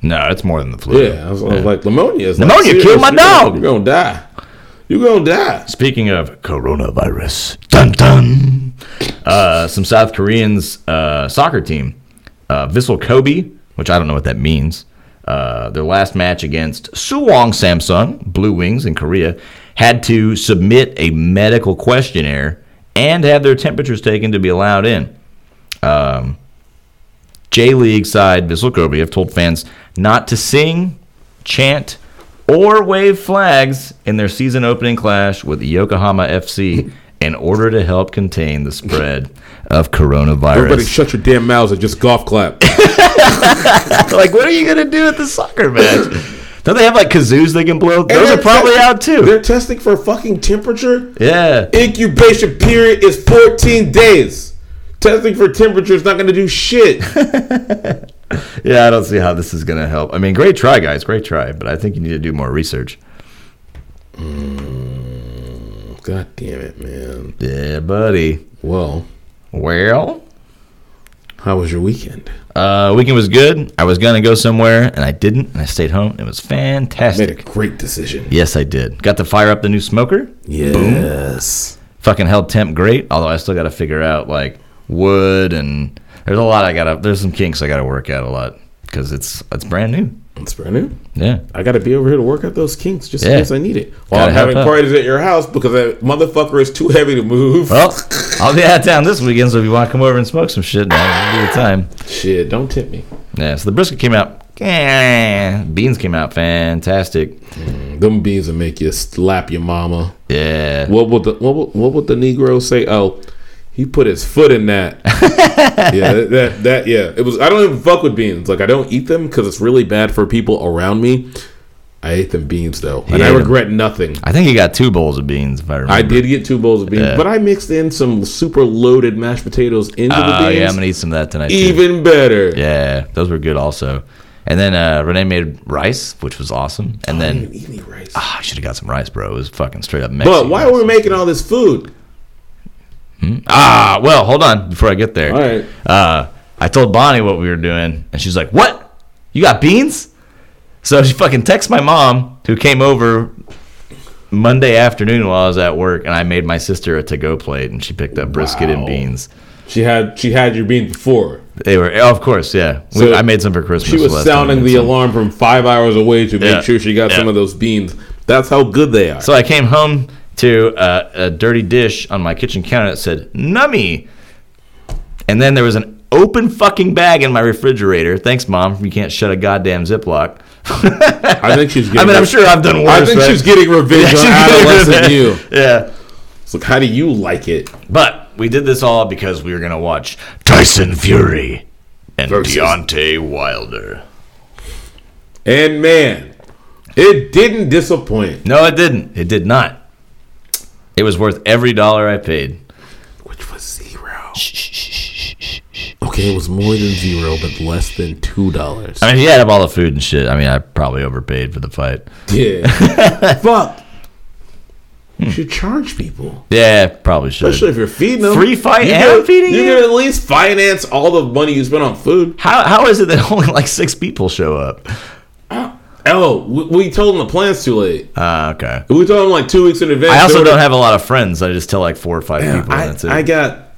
Speaker 3: No, it's more than the flu.
Speaker 4: Yeah, I was, I was like pneumonia is
Speaker 3: Pneumonia
Speaker 4: like,
Speaker 3: killed
Speaker 4: serious.
Speaker 3: my
Speaker 4: You're
Speaker 3: dog.
Speaker 4: Gonna, you're gonna die. You're gonna die.
Speaker 3: Speaking of coronavirus, dun dun, uh, some South Koreans uh, soccer team, uh, Vissel Kobe, which I don't know what that means. Uh, their last match against Suwon Samsung Blue Wings in Korea had to submit a medical questionnaire and have their temperatures taken to be allowed in. J League side Vissel Kobe have told fans not to sing, chant, or wave flags in their season opening clash with Yokohama FC in order to help contain the spread of
Speaker 4: Everybody,
Speaker 3: coronavirus.
Speaker 4: shut your damn mouths and just golf clap.
Speaker 3: like, what are you gonna do at the soccer match? Don't they have like kazoos they can blow? Those are
Speaker 4: they're
Speaker 3: probably
Speaker 4: testing-
Speaker 3: out too.
Speaker 4: They're testing for fucking temperature.
Speaker 3: Yeah.
Speaker 4: Incubation period is 14 days. Testing for temperature is not going to do shit.
Speaker 3: Yeah, I don't see how this is going to help. I mean, great try, guys. Great try. But I think you need to do more research.
Speaker 4: God damn it, man.
Speaker 3: Yeah, buddy.
Speaker 4: Well,
Speaker 3: Well,
Speaker 4: how was your weekend?
Speaker 3: uh, weekend was good. I was going to go somewhere, and I didn't, and I stayed home. It was
Speaker 4: Made a
Speaker 3: fantastic.
Speaker 4: great decision.
Speaker 3: Yes, I did. Got to fire up the new smoker.
Speaker 4: Yes.
Speaker 3: Fucking held temp great, although I still got to figure out, like, wood and there's a lot I got to, there's some kinks I got to work out a lot because it's, it's brand new.
Speaker 4: It's brand new.
Speaker 3: Yeah.
Speaker 4: I got to be over here to work out those kinks just
Speaker 3: Yeah.
Speaker 4: in case I need it. While
Speaker 3: Gotta
Speaker 4: I'm having
Speaker 3: help out.
Speaker 4: parties at your house because that motherfucker is too heavy to move.
Speaker 3: Well, I'll be out of town this weekend, so if you want to come over and smoke some shit, now, be the time.
Speaker 4: Shit, don't tip me.
Speaker 3: Yeah, so the brisket came out. eh, Beans came out fantastic.
Speaker 4: Them beans will make you slap your mama.
Speaker 3: Yeah.
Speaker 4: What would the what would, what would the Negro say? Oh, he put his foot in that. yeah, that, that that- yeah. It was. I don't even fuck with beans. Like I don't eat them because it's really bad for people around me. I ate them beans though, and I
Speaker 3: Yeah.
Speaker 4: regret nothing.
Speaker 3: I think you got two bowls of beans, if I remember.
Speaker 4: I did get two bowls of beans,
Speaker 3: Yeah.
Speaker 4: but I mixed in some super loaded mashed potatoes into
Speaker 3: Oh,
Speaker 4: the beans.
Speaker 3: yeah, I'm going to eat some of that tonight. Too.
Speaker 4: even better.
Speaker 3: Yeah, those were good also. And then uh, Renee made rice, which was awesome. And
Speaker 4: I didn't
Speaker 3: then
Speaker 4: even eat any rice.
Speaker 3: ah, I should have got some rice, bro. It was fucking straight up Mexican.
Speaker 4: But why are we making all this food?
Speaker 3: Ah, well, hold on before I get there.
Speaker 4: All right.
Speaker 3: Uh, I told Bonnie what we were doing, and she's like, "What? You got beans?" So she fucking texts my mom, who came over Monday afternoon while I was at work, and I made my sister a to-go plate, and she picked up brisket and
Speaker 4: Wow.
Speaker 3: beans.
Speaker 4: She had she had your beans before.
Speaker 3: They were, oh, of course, yeah. We-
Speaker 4: So
Speaker 3: I made some for Christmas.
Speaker 4: She was
Speaker 3: last time we
Speaker 4: sounding
Speaker 3: made
Speaker 4: the
Speaker 3: some.
Speaker 4: alarm from five hours away to make
Speaker 3: Yeah.
Speaker 4: sure she got
Speaker 3: Yeah.
Speaker 4: some of those beans. That's how good they are.
Speaker 3: So I came home to uh, a dirty dish on my kitchen counter that said "nummy," and then there was an open fucking bag in my refrigerator. Thanks, mom. You can't shut a goddamn Ziploc.
Speaker 4: I think she's. Getting
Speaker 3: I mean, I'm sure I've done worse.
Speaker 4: I think
Speaker 3: but-
Speaker 4: she's getting revenge on adolescent you.
Speaker 3: Yeah.
Speaker 4: It's like, how do you like it?
Speaker 3: But we did this all because we were going to watch Tyson Fury and
Speaker 4: Versus-
Speaker 3: Deontay Wilder.
Speaker 4: And man, it didn't disappoint.
Speaker 3: No, it didn't. It did not. It was worth every dollar I paid.
Speaker 4: Which was zero. Okay, it was more than zero, but less than two dollars.
Speaker 3: I mean, if you add up all the food and shit, I mean, I probably overpaid for the fight.
Speaker 4: Yeah. Hmm. Fuck. You should charge people.
Speaker 3: Yeah, probably should.
Speaker 4: Especially if you're feeding them.
Speaker 3: Free fight
Speaker 4: you
Speaker 3: and
Speaker 4: gotta-
Speaker 3: feeding
Speaker 4: You
Speaker 3: you?
Speaker 4: can at least finance all the money you spent on food.
Speaker 3: How, how is it that only like six people show up?
Speaker 4: Oh, we, we told them the plan's too late.
Speaker 3: Ah, okay.
Speaker 4: We told them like two weeks in advance.
Speaker 3: I
Speaker 4: They
Speaker 3: also
Speaker 4: were-
Speaker 3: don't have a lot of friends. I just tell like four or five people. and that's it.
Speaker 4: I, I got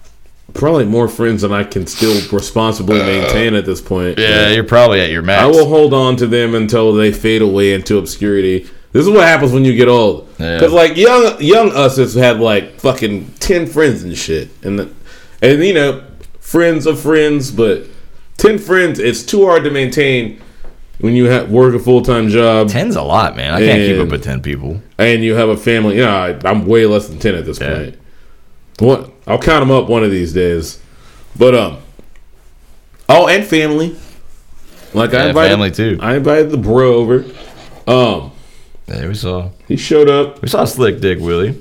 Speaker 4: probably more friends than I can still responsibly maintain at this point.
Speaker 3: yeah, you're probably at your max.
Speaker 4: I will hold on to them until they fade away into obscurity. This is what happens when you get old.
Speaker 3: Yeah.
Speaker 4: Because like young young us has had like fucking ten friends and shit, and the, and you know friends of friends, but ten friends it's too hard to maintain when you have work a full time job
Speaker 3: Ten's a lot, man. I can't keep
Speaker 4: And-
Speaker 3: up with ten people.
Speaker 4: and you have a family. You know, I, I'm way less than ten at this
Speaker 3: Yeah.
Speaker 4: point. What? I'll count them up one of these days. But um, oh, and family. Like I
Speaker 3: Yeah,
Speaker 4: invited
Speaker 3: family, too.
Speaker 4: I invited the bro over. Um,
Speaker 3: Yeah, we saw
Speaker 4: he showed up.
Speaker 3: we saw Slick Dick Willie.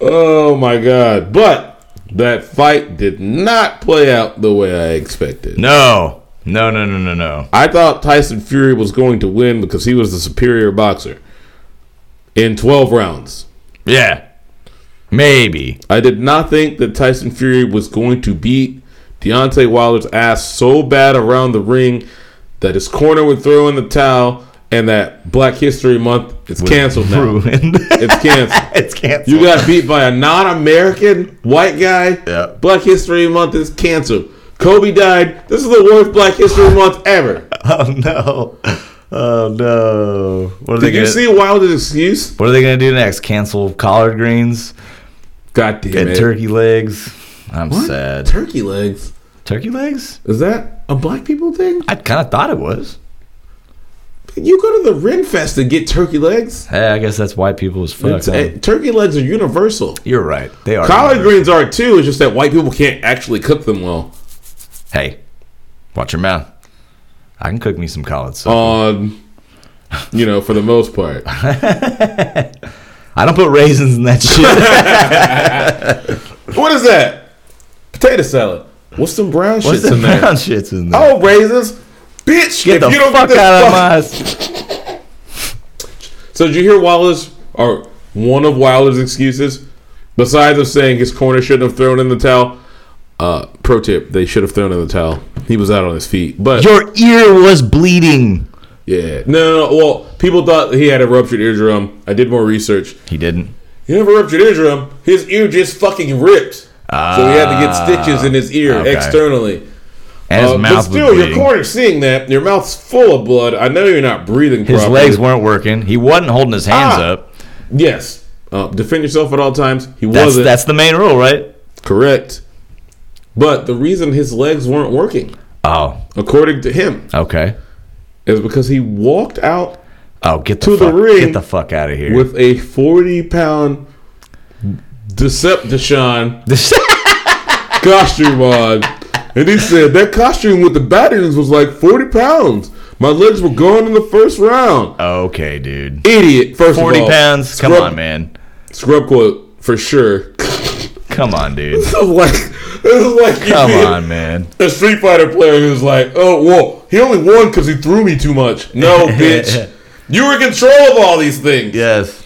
Speaker 4: Oh my god! But that fight did not play out the way I expected.
Speaker 3: No, no, no, no, no, no.
Speaker 4: I thought Tyson Fury was going to win because he was the superior boxer in 12 rounds.
Speaker 3: Yeah, maybe.
Speaker 4: I did not think that Tyson Fury was going to beat Deontay Wilder's ass so bad around the ring that his corner would throw in the towel and that Black History Month is canceled now.
Speaker 3: Ruined.
Speaker 4: It's canceled.
Speaker 3: it's canceled.
Speaker 4: You got beat by a non-American white guy.
Speaker 3: Yeah.
Speaker 4: Black History Month is canceled. Kobe died. This is the worst Black History Month ever.
Speaker 3: Oh no. Oh no. What are they
Speaker 4: Did you
Speaker 3: gonna,
Speaker 4: see Wilder's excuse?
Speaker 3: What are they gonna do next? Cancel collard greens
Speaker 4: God damn
Speaker 3: and
Speaker 4: it.
Speaker 3: turkey legs. I'm sad.
Speaker 4: Turkey legs.
Speaker 3: turkey legs?
Speaker 4: Is that a black people thing?
Speaker 3: I kind of thought it was.
Speaker 4: You go to the Ren Fest and get turkey legs.
Speaker 3: Hey, I guess that's why people was fucked.
Speaker 4: It's- eh, turkey legs are universal.
Speaker 3: You're right. They are.
Speaker 4: Collard greens are too. It's just that white people can't actually cook them well.
Speaker 3: Hey, watch your mouth. I can cook me some collard soup.
Speaker 4: On, um, you know, for the most part.
Speaker 3: I don't put raisins in that shit.
Speaker 4: what is that? Potato salad. What's some brown
Speaker 3: What's
Speaker 4: shits
Speaker 3: the
Speaker 4: in there?
Speaker 3: brown shits in there?
Speaker 4: Oh, raisins, bitch!
Speaker 3: Get the fuck
Speaker 4: this
Speaker 3: out of
Speaker 4: fuck-
Speaker 3: my ass.
Speaker 4: So did you hear Wilder's or one of Wilder's excuses? Besides of saying his corner shouldn't have thrown in the towel. Uh, pro tip: They should have thrown in the towel. He was out on his feet, but
Speaker 3: Your ear was bleeding.
Speaker 4: yeah, no, no, no. Well, people thought he had a ruptured eardrum. I did more research.
Speaker 3: He didn't.
Speaker 4: He never ruptured eardrum. His ear just fucking ripped. so he had to
Speaker 3: Ah,
Speaker 4: get stitches in his ear
Speaker 3: okay.
Speaker 4: externally.
Speaker 3: And his
Speaker 4: Uh,
Speaker 3: mouth
Speaker 4: but still,
Speaker 3: was bleeding.
Speaker 4: your corner's seeing that. Your mouth's full of blood. I know you're not breathing
Speaker 3: His
Speaker 4: properly.
Speaker 3: legs weren't working. He wasn't holding his hands
Speaker 4: Ah.
Speaker 3: up.
Speaker 4: Yes. Uh, defend yourself at all times. He
Speaker 3: That's
Speaker 4: wasn't.
Speaker 3: that's the main rule, right?
Speaker 4: correct. But the reason his legs weren't working,
Speaker 3: Oh,
Speaker 4: according to him,
Speaker 3: okay.
Speaker 4: is because he walked out
Speaker 3: Oh, get the
Speaker 4: To the
Speaker 3: fuck,
Speaker 4: ring
Speaker 3: get the fuck out of here.
Speaker 4: with a 40 pound Decepticon costume on. And he said that costume with the batteries was like 40 pounds. My legs were gone in the first round.
Speaker 3: okay, dude.
Speaker 4: Idiot, first
Speaker 3: Forty
Speaker 4: of all.
Speaker 3: pounds. Come
Speaker 4: Scrub-
Speaker 3: on, man.
Speaker 4: Scrub quote, for sure.
Speaker 3: Come on, dude.
Speaker 4: I'm like, this is like you
Speaker 3: Come
Speaker 4: being-
Speaker 3: on, man.
Speaker 4: a Street Fighter player who's like, oh, whoa, he only won because he threw me too much. No, bitch. You were in control of all these things.
Speaker 3: Yes.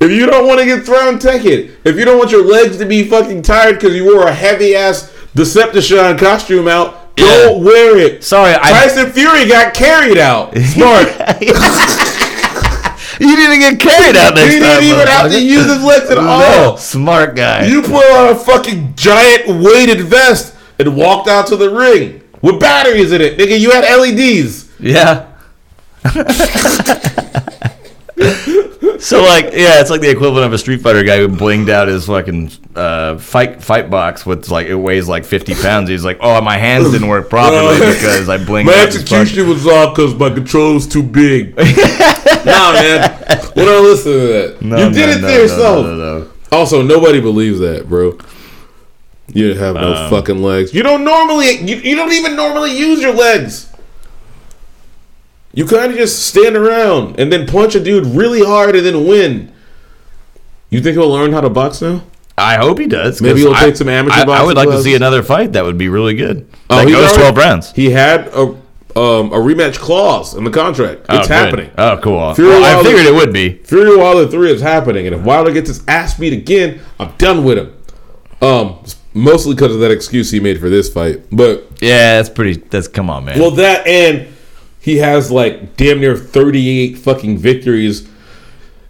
Speaker 4: If you don't want to get thrown, take it. If you don't want your legs to be fucking tired because you wore a heavy ass Decepticon costume out, don't wear it.
Speaker 3: Sorry, I.
Speaker 4: Tyson Fury got carried out. Smart.
Speaker 3: You didn't get carried out
Speaker 4: he
Speaker 3: next time.
Speaker 4: didn't even have to
Speaker 3: motherfucker.
Speaker 4: use his legs at
Speaker 3: No,
Speaker 4: all.
Speaker 3: smart guy.
Speaker 4: You put on a fucking giant weighted vest and walked out to the ring with batteries in it. Nigga, you had E LEDs.
Speaker 3: yeah. so like, yeah, it's like the equivalent of a Street Fighter guy who blinged out his fucking uh, fight fight box with like it weighs like fifty pounds. He's like, oh, my hands didn't work properly because I blinged.
Speaker 4: My
Speaker 3: out this fucking-
Speaker 4: execution was off because my control was too big. nah, man. We don't listen to that.
Speaker 3: No,
Speaker 4: you
Speaker 3: no,
Speaker 4: did it
Speaker 3: no,
Speaker 4: to
Speaker 3: no,
Speaker 4: yourself.
Speaker 3: no, no, no.
Speaker 4: Also, nobody believes that, bro. You didn't have no fucking legs. Um, You don't normally. You, you don't even normally use your legs. You kind of just stand around and then punch a dude really hard and then win. You think he'll learn how to box now?
Speaker 3: I hope he does. 'cause
Speaker 4: Maybe he'll
Speaker 3: I-
Speaker 4: take some amateur
Speaker 3: I, I
Speaker 4: boxing
Speaker 3: would like to
Speaker 4: classes.
Speaker 3: see another fight. That would be really good. that
Speaker 4: he's
Speaker 3: goes
Speaker 4: already-
Speaker 3: twelve rounds.
Speaker 4: He had a um, a rematch clause in the contract.
Speaker 3: Oh,
Speaker 4: It's
Speaker 3: good.
Speaker 4: happening.
Speaker 3: Oh, cool.
Speaker 4: Fury
Speaker 3: Well, I
Speaker 4: Wilder-
Speaker 3: figured it would be.
Speaker 4: Fury Wilder three is happening, and if Wilder gets his ass beat again, I'm done with him. Um, mostly because of that excuse he made for this fight, but
Speaker 3: Yeah, that's pretty. That's come on, man.
Speaker 4: well, that and he has like damn near 38 fucking victories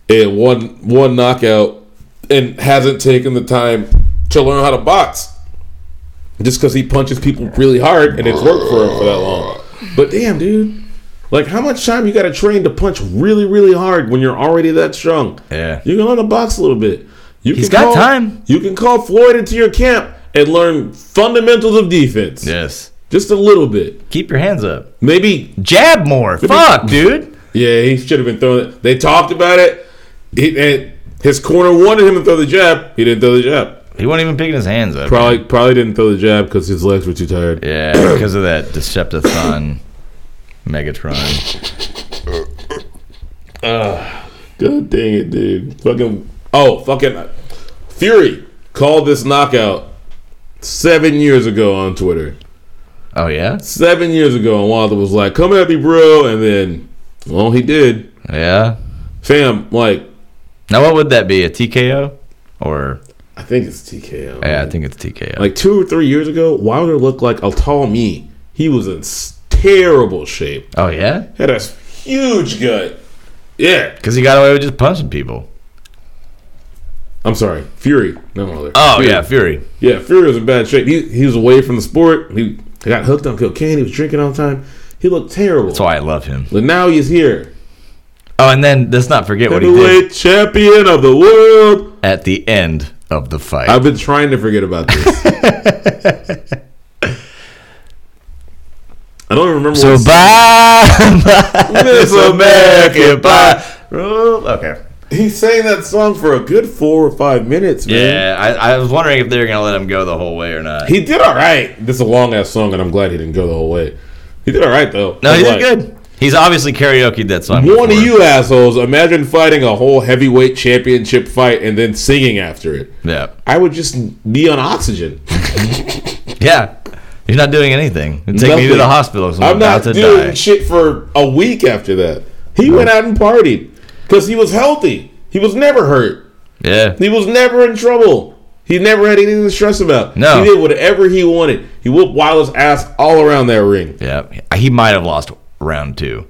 Speaker 4: and one one knockout, and hasn't taken the time to learn how to box. Just because he punches people really hard and it's worked for him for that long. But damn, dude. Like, how much time you got to train to punch really, really hard when you're already that strong?
Speaker 3: Yeah.
Speaker 4: You can learn to box a little bit. You
Speaker 3: He's
Speaker 4: can
Speaker 3: got
Speaker 4: call-
Speaker 3: time.
Speaker 4: You can call Floyd into your camp and learn fundamentals of defense.
Speaker 3: yes.
Speaker 4: Just a little bit.
Speaker 3: Keep your hands up.
Speaker 4: Maybe
Speaker 3: Jab more. Fuck, dude.
Speaker 4: Yeah, he should have been throwing it. They talked about it. He, and his corner wanted him to throw the jab. He didn't throw the jab.
Speaker 3: He wasn't even picking his hands up.
Speaker 4: Probably probably didn't throw the jab because his legs were too tired.
Speaker 3: Yeah, because of that Decepticon Megatron.
Speaker 4: God dang it, dude. Fucking oh, fucking Fury called this knockout seven years ago on Twitter.
Speaker 3: Oh, yeah?
Speaker 4: Seven years ago, and Wilder was like, "Come at me, bro," and then, well, he did.
Speaker 3: Yeah.
Speaker 4: Fam, like,
Speaker 3: Now, what would that be? A TKO? Or,
Speaker 4: I think it's TKO.
Speaker 3: yeah, I think it's TKO.
Speaker 4: like two or three years ago, Wilder looked like a tall me. He was in s- terrible shape.
Speaker 3: oh, yeah?
Speaker 4: Had a huge gut. Yeah,
Speaker 3: Because he got away with just punching people.
Speaker 4: I'm sorry, Fury, no Wilder.
Speaker 3: Oh,
Speaker 4: Fury.
Speaker 3: yeah, Fury.
Speaker 4: Yeah, Fury was in bad shape. He, he was away from the sport. He got hooked on cocaine. He was drinking all the time. He looked terrible.
Speaker 3: That's why I love him.
Speaker 4: But now he's here.
Speaker 3: Oh, and then let's not forget what he did
Speaker 4: Heavyweight champion of the world.
Speaker 3: at the end of the fight.
Speaker 4: I've been trying to forget about this. I don't remember.
Speaker 3: so,
Speaker 4: what-
Speaker 3: bye.
Speaker 4: Miss America, bye.
Speaker 3: Okay.
Speaker 4: He sang that song for a good four or five minutes, man.
Speaker 3: Yeah, I, I was wondering if they were going to let him go the whole way or not.
Speaker 4: He did all right. This is a long ass song, and I'm glad he didn't go the whole way. He did all right, though.
Speaker 3: No, he did
Speaker 4: Like,
Speaker 3: good. He's obviously karaoke that song.
Speaker 4: One of
Speaker 3: before.
Speaker 4: you assholes, imagine fighting a whole heavyweight championship fight and then singing after it.
Speaker 3: Yeah.
Speaker 4: I would just be on oxygen.
Speaker 3: Yeah. You're not doing anything. Take me to
Speaker 4: Nothing.
Speaker 3: the hospital. So I'm,
Speaker 4: I'm
Speaker 3: about
Speaker 4: not
Speaker 3: to
Speaker 4: doing
Speaker 3: die.
Speaker 4: shit for a week after that. He went out and partied because he was healthy. He was never hurt.
Speaker 3: yeah.
Speaker 4: He was never in trouble. He never had anything to stress about.
Speaker 3: No.
Speaker 4: He did whatever he wanted. He whooped Wilder's ass all around that ring.
Speaker 3: Yeah. He might have lost round two.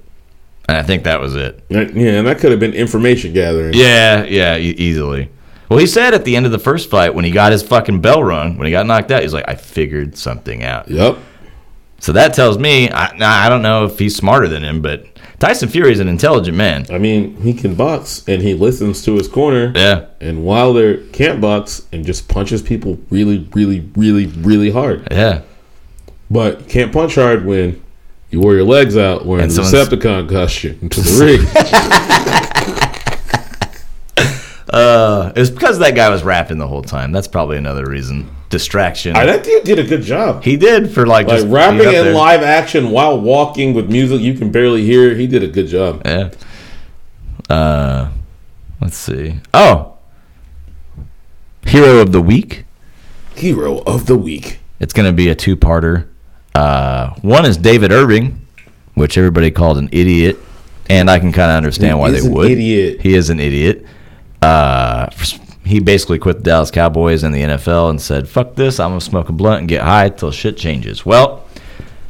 Speaker 3: And I think that was it.
Speaker 4: Yeah, and that could have been information gathering.
Speaker 3: Yeah. Yeah. E- easily. Well, he said at the end of the first fight when he got his fucking bell rung, when he got knocked out, he's like, I figured something out.
Speaker 4: Yep.
Speaker 3: So that tells me, I, now, I don't know if he's smarter than him, but Tyson Fury is an intelligent man.
Speaker 4: I mean, he can box and he listens to his corner.
Speaker 3: Yeah.
Speaker 4: And Wilder can't box and just punches people really, really, really, really hard.
Speaker 3: Yeah.
Speaker 4: But you can't punch hard when you wear your legs out wearing
Speaker 3: And
Speaker 4: the
Speaker 3: someone's-
Speaker 4: Decepticon costume to the ring.
Speaker 3: Uh, it was because that guy was rapping the whole time. That's probably another reason. Distraction.
Speaker 4: I, that dude did a good job.
Speaker 3: he did for like,
Speaker 4: Like
Speaker 3: just
Speaker 4: rapping
Speaker 3: being up
Speaker 4: in
Speaker 3: there.
Speaker 4: live action while walking with music you can barely hear. He did a good job.
Speaker 3: Yeah. Uh, let's see. Oh, hero of the week.
Speaker 4: Hero of the week.
Speaker 3: It's gonna be a two-parter. Uh, one is David Irving, which everybody called an idiot, and I can kind of understand
Speaker 4: He
Speaker 3: why
Speaker 4: is
Speaker 3: they
Speaker 4: an
Speaker 3: would.
Speaker 4: idiot.
Speaker 3: He is an idiot. Uh, he basically quit the Dallas Cowboys and the NFL and said, "Fuck this! I'm gonna smoke a blunt and get high till shit changes." Well,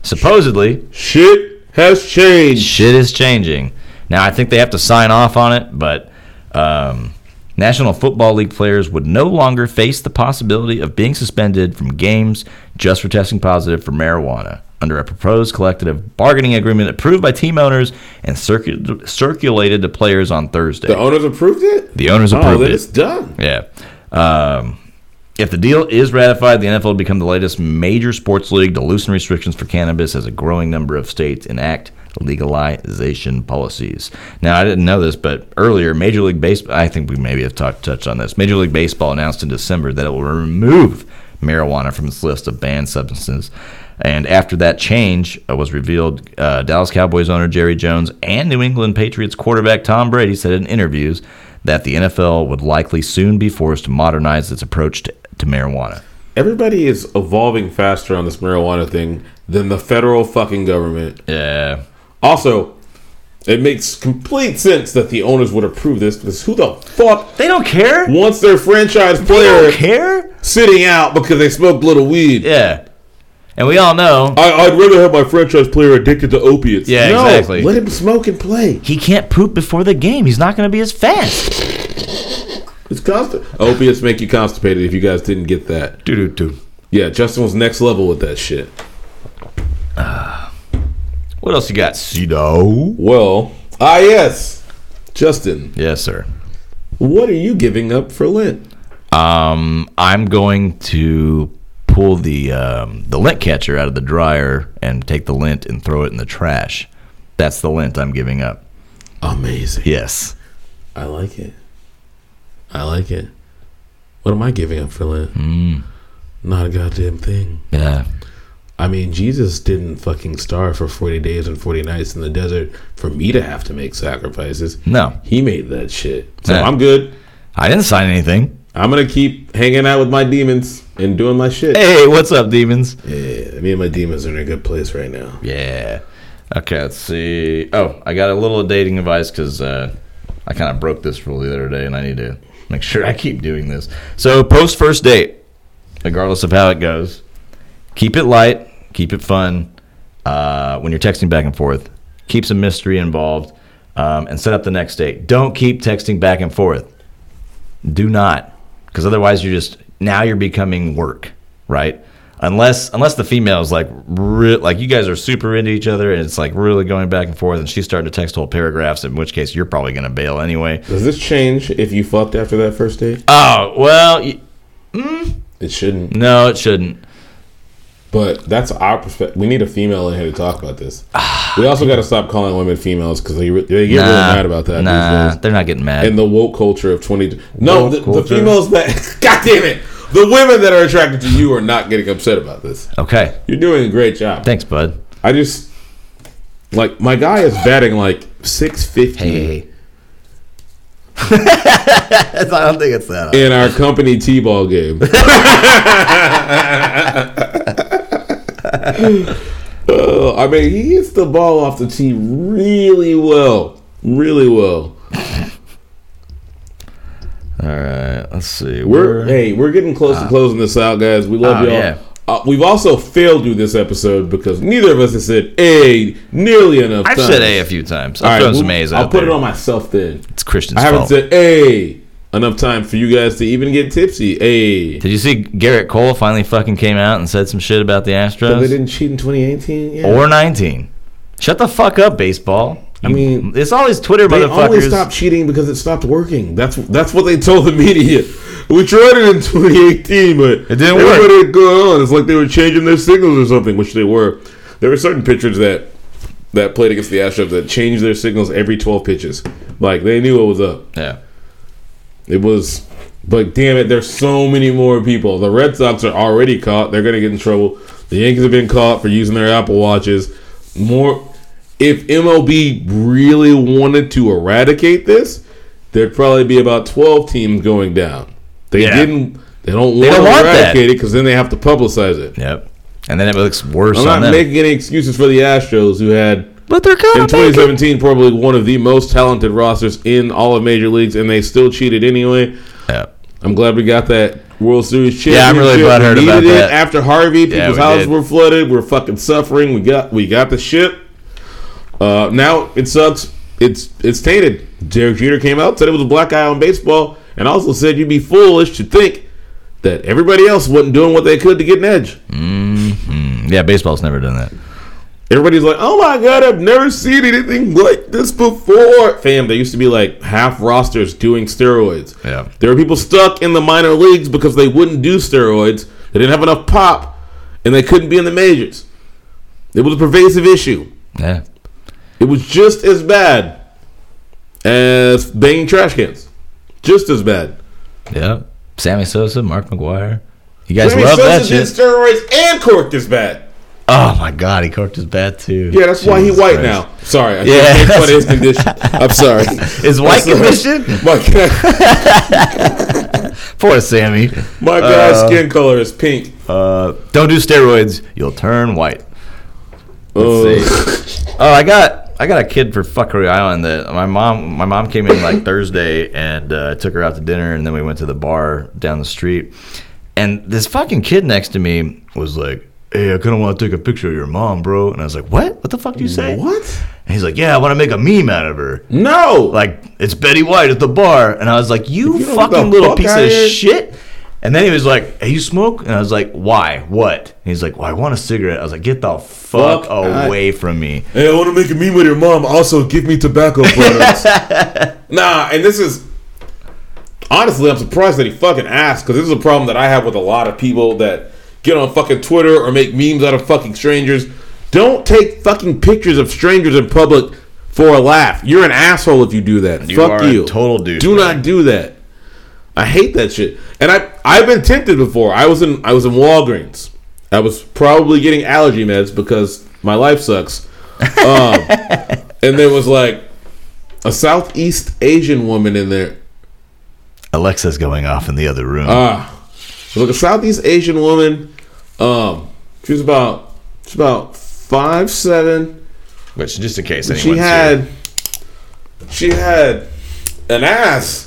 Speaker 3: supposedly
Speaker 4: Shit has changed.
Speaker 3: shit is changing. Now I think they have to sign off on it, but um, National Football League players would no longer face the possibility of being suspended from games just for testing positive for marijuana under a proposed collective bargaining agreement approved by team owners and circu- circulated to players on Thursday.
Speaker 4: The owners approved it?
Speaker 3: the owners
Speaker 4: Oh,
Speaker 3: approved
Speaker 4: then
Speaker 3: it.
Speaker 4: it's done.
Speaker 3: Yeah. Um, if the deal is ratified, the NFL will become the latest major sports league to loosen restrictions for cannabis as a growing number of states enact legalization policies. Now, I didn't know this, but earlier, Major League Baseball, I think we maybe have talked, touched on this. Major League Baseball announced in December that it will remove marijuana from its list of banned substances. And after that change uh, was revealed, uh, Dallas Cowboys owner Jerry Jones and New England Patriots quarterback Tom Brady said in interviews that the NFL would likely soon be forced to modernize its approach to, to marijuana.
Speaker 4: Everybody is evolving faster on this marijuana thing than the federal fucking government.
Speaker 3: Yeah.
Speaker 4: Also, it makes complete sense that the owners would approve this because who the fuck
Speaker 3: They don't care.
Speaker 4: wants their franchise
Speaker 3: They don't
Speaker 4: player
Speaker 3: care.
Speaker 4: sitting out because they smoked little weed?
Speaker 3: Yeah. And we all know
Speaker 4: I, I'd rather have my franchise player addicted to opiates.
Speaker 3: Yeah, exactly.
Speaker 4: Let him smoke and play.
Speaker 3: he can't poop before the game. He's not going to be as fast.
Speaker 4: It's constant. Opiates make you constipated. If you guys didn't get that,
Speaker 3: Doo doo doo.
Speaker 4: yeah, Justin was next level with that shit.
Speaker 3: What else you got, Cedo?
Speaker 4: Well, ah yes, Justin,
Speaker 3: Yes, sir.
Speaker 4: what are you giving up for Lent?
Speaker 3: Um, I'm going to pull the um, the lint catcher out of the dryer and take the lint and throw it in the trash. That's the lint I'm giving up.
Speaker 4: Amazing.
Speaker 3: Yes.
Speaker 4: I like it. I like it. What am I giving up for Lent?
Speaker 3: Mm.
Speaker 4: Not a goddamn thing.
Speaker 3: Yeah.
Speaker 4: I mean, Jesus didn't fucking starve for 40 days and 40 nights in the desert for me to have to make sacrifices.
Speaker 3: No,
Speaker 4: He made that shit. So
Speaker 3: Yeah.
Speaker 4: I'm good.
Speaker 3: I didn't sign anything.
Speaker 4: I'm going to keep hanging out with my demons and doing my shit.
Speaker 3: Hey, what's up, demons?
Speaker 4: Yeah, me and my demons are in a good place right now.
Speaker 3: Yeah. Okay, let's see. Oh, I got a little dating advice because uh, I kind of broke this rule the other day, and I need to make sure I keep doing this. So, post first date, regardless of how it goes, keep it light, keep it fun. Uh, when you're texting back and forth, keep some mystery involved, um, and set up the next date. Don't keep texting back and forth. Do not, because otherwise you're just now you're becoming work, right? Unless unless the female's like re- like you guys are super into each other and it's like really going back and forth, and she's starting to text whole paragraphs, in which case you're probably gonna bail anyway.
Speaker 4: Does this change if you fucked after that first date?
Speaker 3: Oh well, y-
Speaker 4: It shouldn't.
Speaker 3: no, it shouldn't.
Speaker 4: But that's our perspective. We need a female in here to talk about this. We also got to stop calling women females because they, re- they get really
Speaker 3: Nah,
Speaker 4: mad about that
Speaker 3: Nah,
Speaker 4: these days.
Speaker 3: they're not getting mad.
Speaker 4: in the woke culture of 20 no
Speaker 3: Woke
Speaker 4: the, the
Speaker 3: culture.
Speaker 4: females that god damn it the women that are attracted to you are not getting upset about this
Speaker 3: okay,
Speaker 4: you're doing a great job
Speaker 3: thanks, bud.
Speaker 4: i just like my guy is batting like 650
Speaker 3: I don't think it's that.
Speaker 4: in our company t-ball game Uh, i mean he hits the ball off the tee really well really well
Speaker 3: All right, let's see.
Speaker 4: We're hey, we're getting close to closing this out, guys. We love
Speaker 3: Oh,
Speaker 4: y'all.
Speaker 3: Ah. yeah.
Speaker 4: Uh, we've also failed you this episode because neither of us has said a nearly enough.
Speaker 3: I've
Speaker 4: times.
Speaker 3: said A a few times.
Speaker 4: All
Speaker 3: I've
Speaker 4: right,
Speaker 3: thrown
Speaker 4: we'll-
Speaker 3: some A's out
Speaker 4: I'll put
Speaker 3: there.
Speaker 4: it on myself then.
Speaker 3: It's Christian's
Speaker 4: I haven't
Speaker 3: fault.
Speaker 4: said a enough time for you guys to even get tipsy. A
Speaker 3: Did you see Garrett Cole finally fucking came out and said some shit about the
Speaker 4: they
Speaker 3: Astros
Speaker 4: didn't cheat in 2018. Yeah.
Speaker 3: or 19? Shut the fuck up, baseball. I
Speaker 4: mean,
Speaker 3: it's always Twitter
Speaker 4: they only
Speaker 3: motherfuckers.
Speaker 4: stopped cheating because it stopped working. That's that's what they told the media. We tried it in 2018, but
Speaker 3: It didn't work.
Speaker 4: everybody had gone on. It's like they were changing their signals or something, which they were. There were certain pitchers that that played against the Astros that changed their signals every 12 pitches. Like they knew what was up.
Speaker 3: Yeah.
Speaker 4: It was, but damn it, there's so many more people. The Red Sox are already caught. They're going to get in trouble. The Yankees have been caught for using their Apple Watches. More, if MLB really wanted to eradicate this, there'd probably be about 12 teams going down. They
Speaker 3: Yeah.
Speaker 4: didn't. They don't want
Speaker 3: don't
Speaker 4: to
Speaker 3: want that.
Speaker 4: eradicate it because then they have to publicize it.
Speaker 3: Yep. And then it looks worse
Speaker 4: I'm
Speaker 3: on
Speaker 4: not
Speaker 3: them.
Speaker 4: making any excuses for the Astros, who had
Speaker 3: but they're
Speaker 4: in
Speaker 3: coming.
Speaker 4: 2017 probably one of the most talented rosters in all of major leagues, and they still cheated anyway.
Speaker 3: Yeah.
Speaker 4: I'm glad we got that World Series championship.
Speaker 3: Yeah, I'm really butthurt
Speaker 4: We
Speaker 3: about
Speaker 4: needed it
Speaker 3: that.
Speaker 4: After Harvey, people's
Speaker 3: we
Speaker 4: houses
Speaker 3: did.
Speaker 4: were flooded. We're fucking suffering. We got we got the ship. Uh, now it sucks. It's it's tainted. Derek Jeter came out said it was a black eye on baseball, and also said you'd be foolish to think that everybody else wasn't doing what they could to get an edge.
Speaker 3: Mm, Yeah, baseball's never done that.
Speaker 4: Everybody's like, "Oh my god, I've never seen anything like this before." Fam, there used to be like half rosters doing steroids.
Speaker 3: Yeah.
Speaker 4: There were people stuck in the minor leagues because they wouldn't do steroids. They didn't have enough pop, and they couldn't be in the majors. It was a pervasive issue.
Speaker 3: Yeah.
Speaker 4: It was just as bad as banging trash cans. Just as bad.
Speaker 3: Yeah. Sammy Sosa, Mark McGuire. You guys
Speaker 4: Sammy
Speaker 3: love that
Speaker 4: Sosa did
Speaker 3: shit.
Speaker 4: steroids and corked his bat.
Speaker 3: Oh my god, he corked his bat too.
Speaker 4: Yeah, that's why he
Speaker 3: Jesus
Speaker 4: white
Speaker 3: Christ.
Speaker 4: now. Sorry, I
Speaker 3: Yeah.
Speaker 4: yeah. make fun of his condition. I'm sorry.
Speaker 3: His white
Speaker 4: I'm sorry.
Speaker 3: condition?
Speaker 4: My,
Speaker 3: Poor Sammy.
Speaker 4: my guy's skin color is pink.
Speaker 3: Uh, don't do steroids. You'll turn white.
Speaker 4: Ugh.
Speaker 3: Oh, I got I got a kid for Fuckery Island that my mom my mom came in like Thursday and uh, took her out to dinner and then we went to the bar down the street and this fucking kid next to me was like, "Hey, I kind of want to take a picture of your mom, bro," and I was like, "What? What the fuck do you say?"
Speaker 4: What?
Speaker 3: And he's like, "Yeah, I want to make a meme out of her."
Speaker 4: No.
Speaker 3: like it's Betty White at the bar, and I was like, you,
Speaker 4: You know what
Speaker 3: fucking
Speaker 4: the
Speaker 3: little
Speaker 4: fuck
Speaker 3: piece
Speaker 4: I
Speaker 3: of
Speaker 4: am?
Speaker 3: shit. And then he was like, hey, you smoke? And I was like, why? What? And he's like, well, I want a cigarette. I was like, get the fuck,
Speaker 4: Fuck I-
Speaker 3: away from me.
Speaker 4: Hey, I want to make a meme with your mom. Also, give me tobacco products. nah, and this is honestly, I'm surprised that he fucking asked because this is a problem that I have with a lot of people that get on fucking Twitter or make memes out of fucking strangers. Don't take fucking pictures of strangers in public for a laugh. You're an asshole if you do that.
Speaker 3: You
Speaker 4: Fuck
Speaker 3: are a
Speaker 4: you,
Speaker 3: total douche,
Speaker 4: Do
Speaker 3: man.
Speaker 4: not do that. I hate that shit. And I I've been tempted before. I was in I was in Walgreens. I was probably getting allergy meds because my life sucks. Um, and there was like a Southeast Asian woman in there.
Speaker 3: Alexa's going off in the other room.
Speaker 4: Ah, uh, like a Southeast Asian woman. Um, she was about she's about five seven.
Speaker 3: Which, just in case
Speaker 4: She
Speaker 3: anyone
Speaker 4: had she had an ass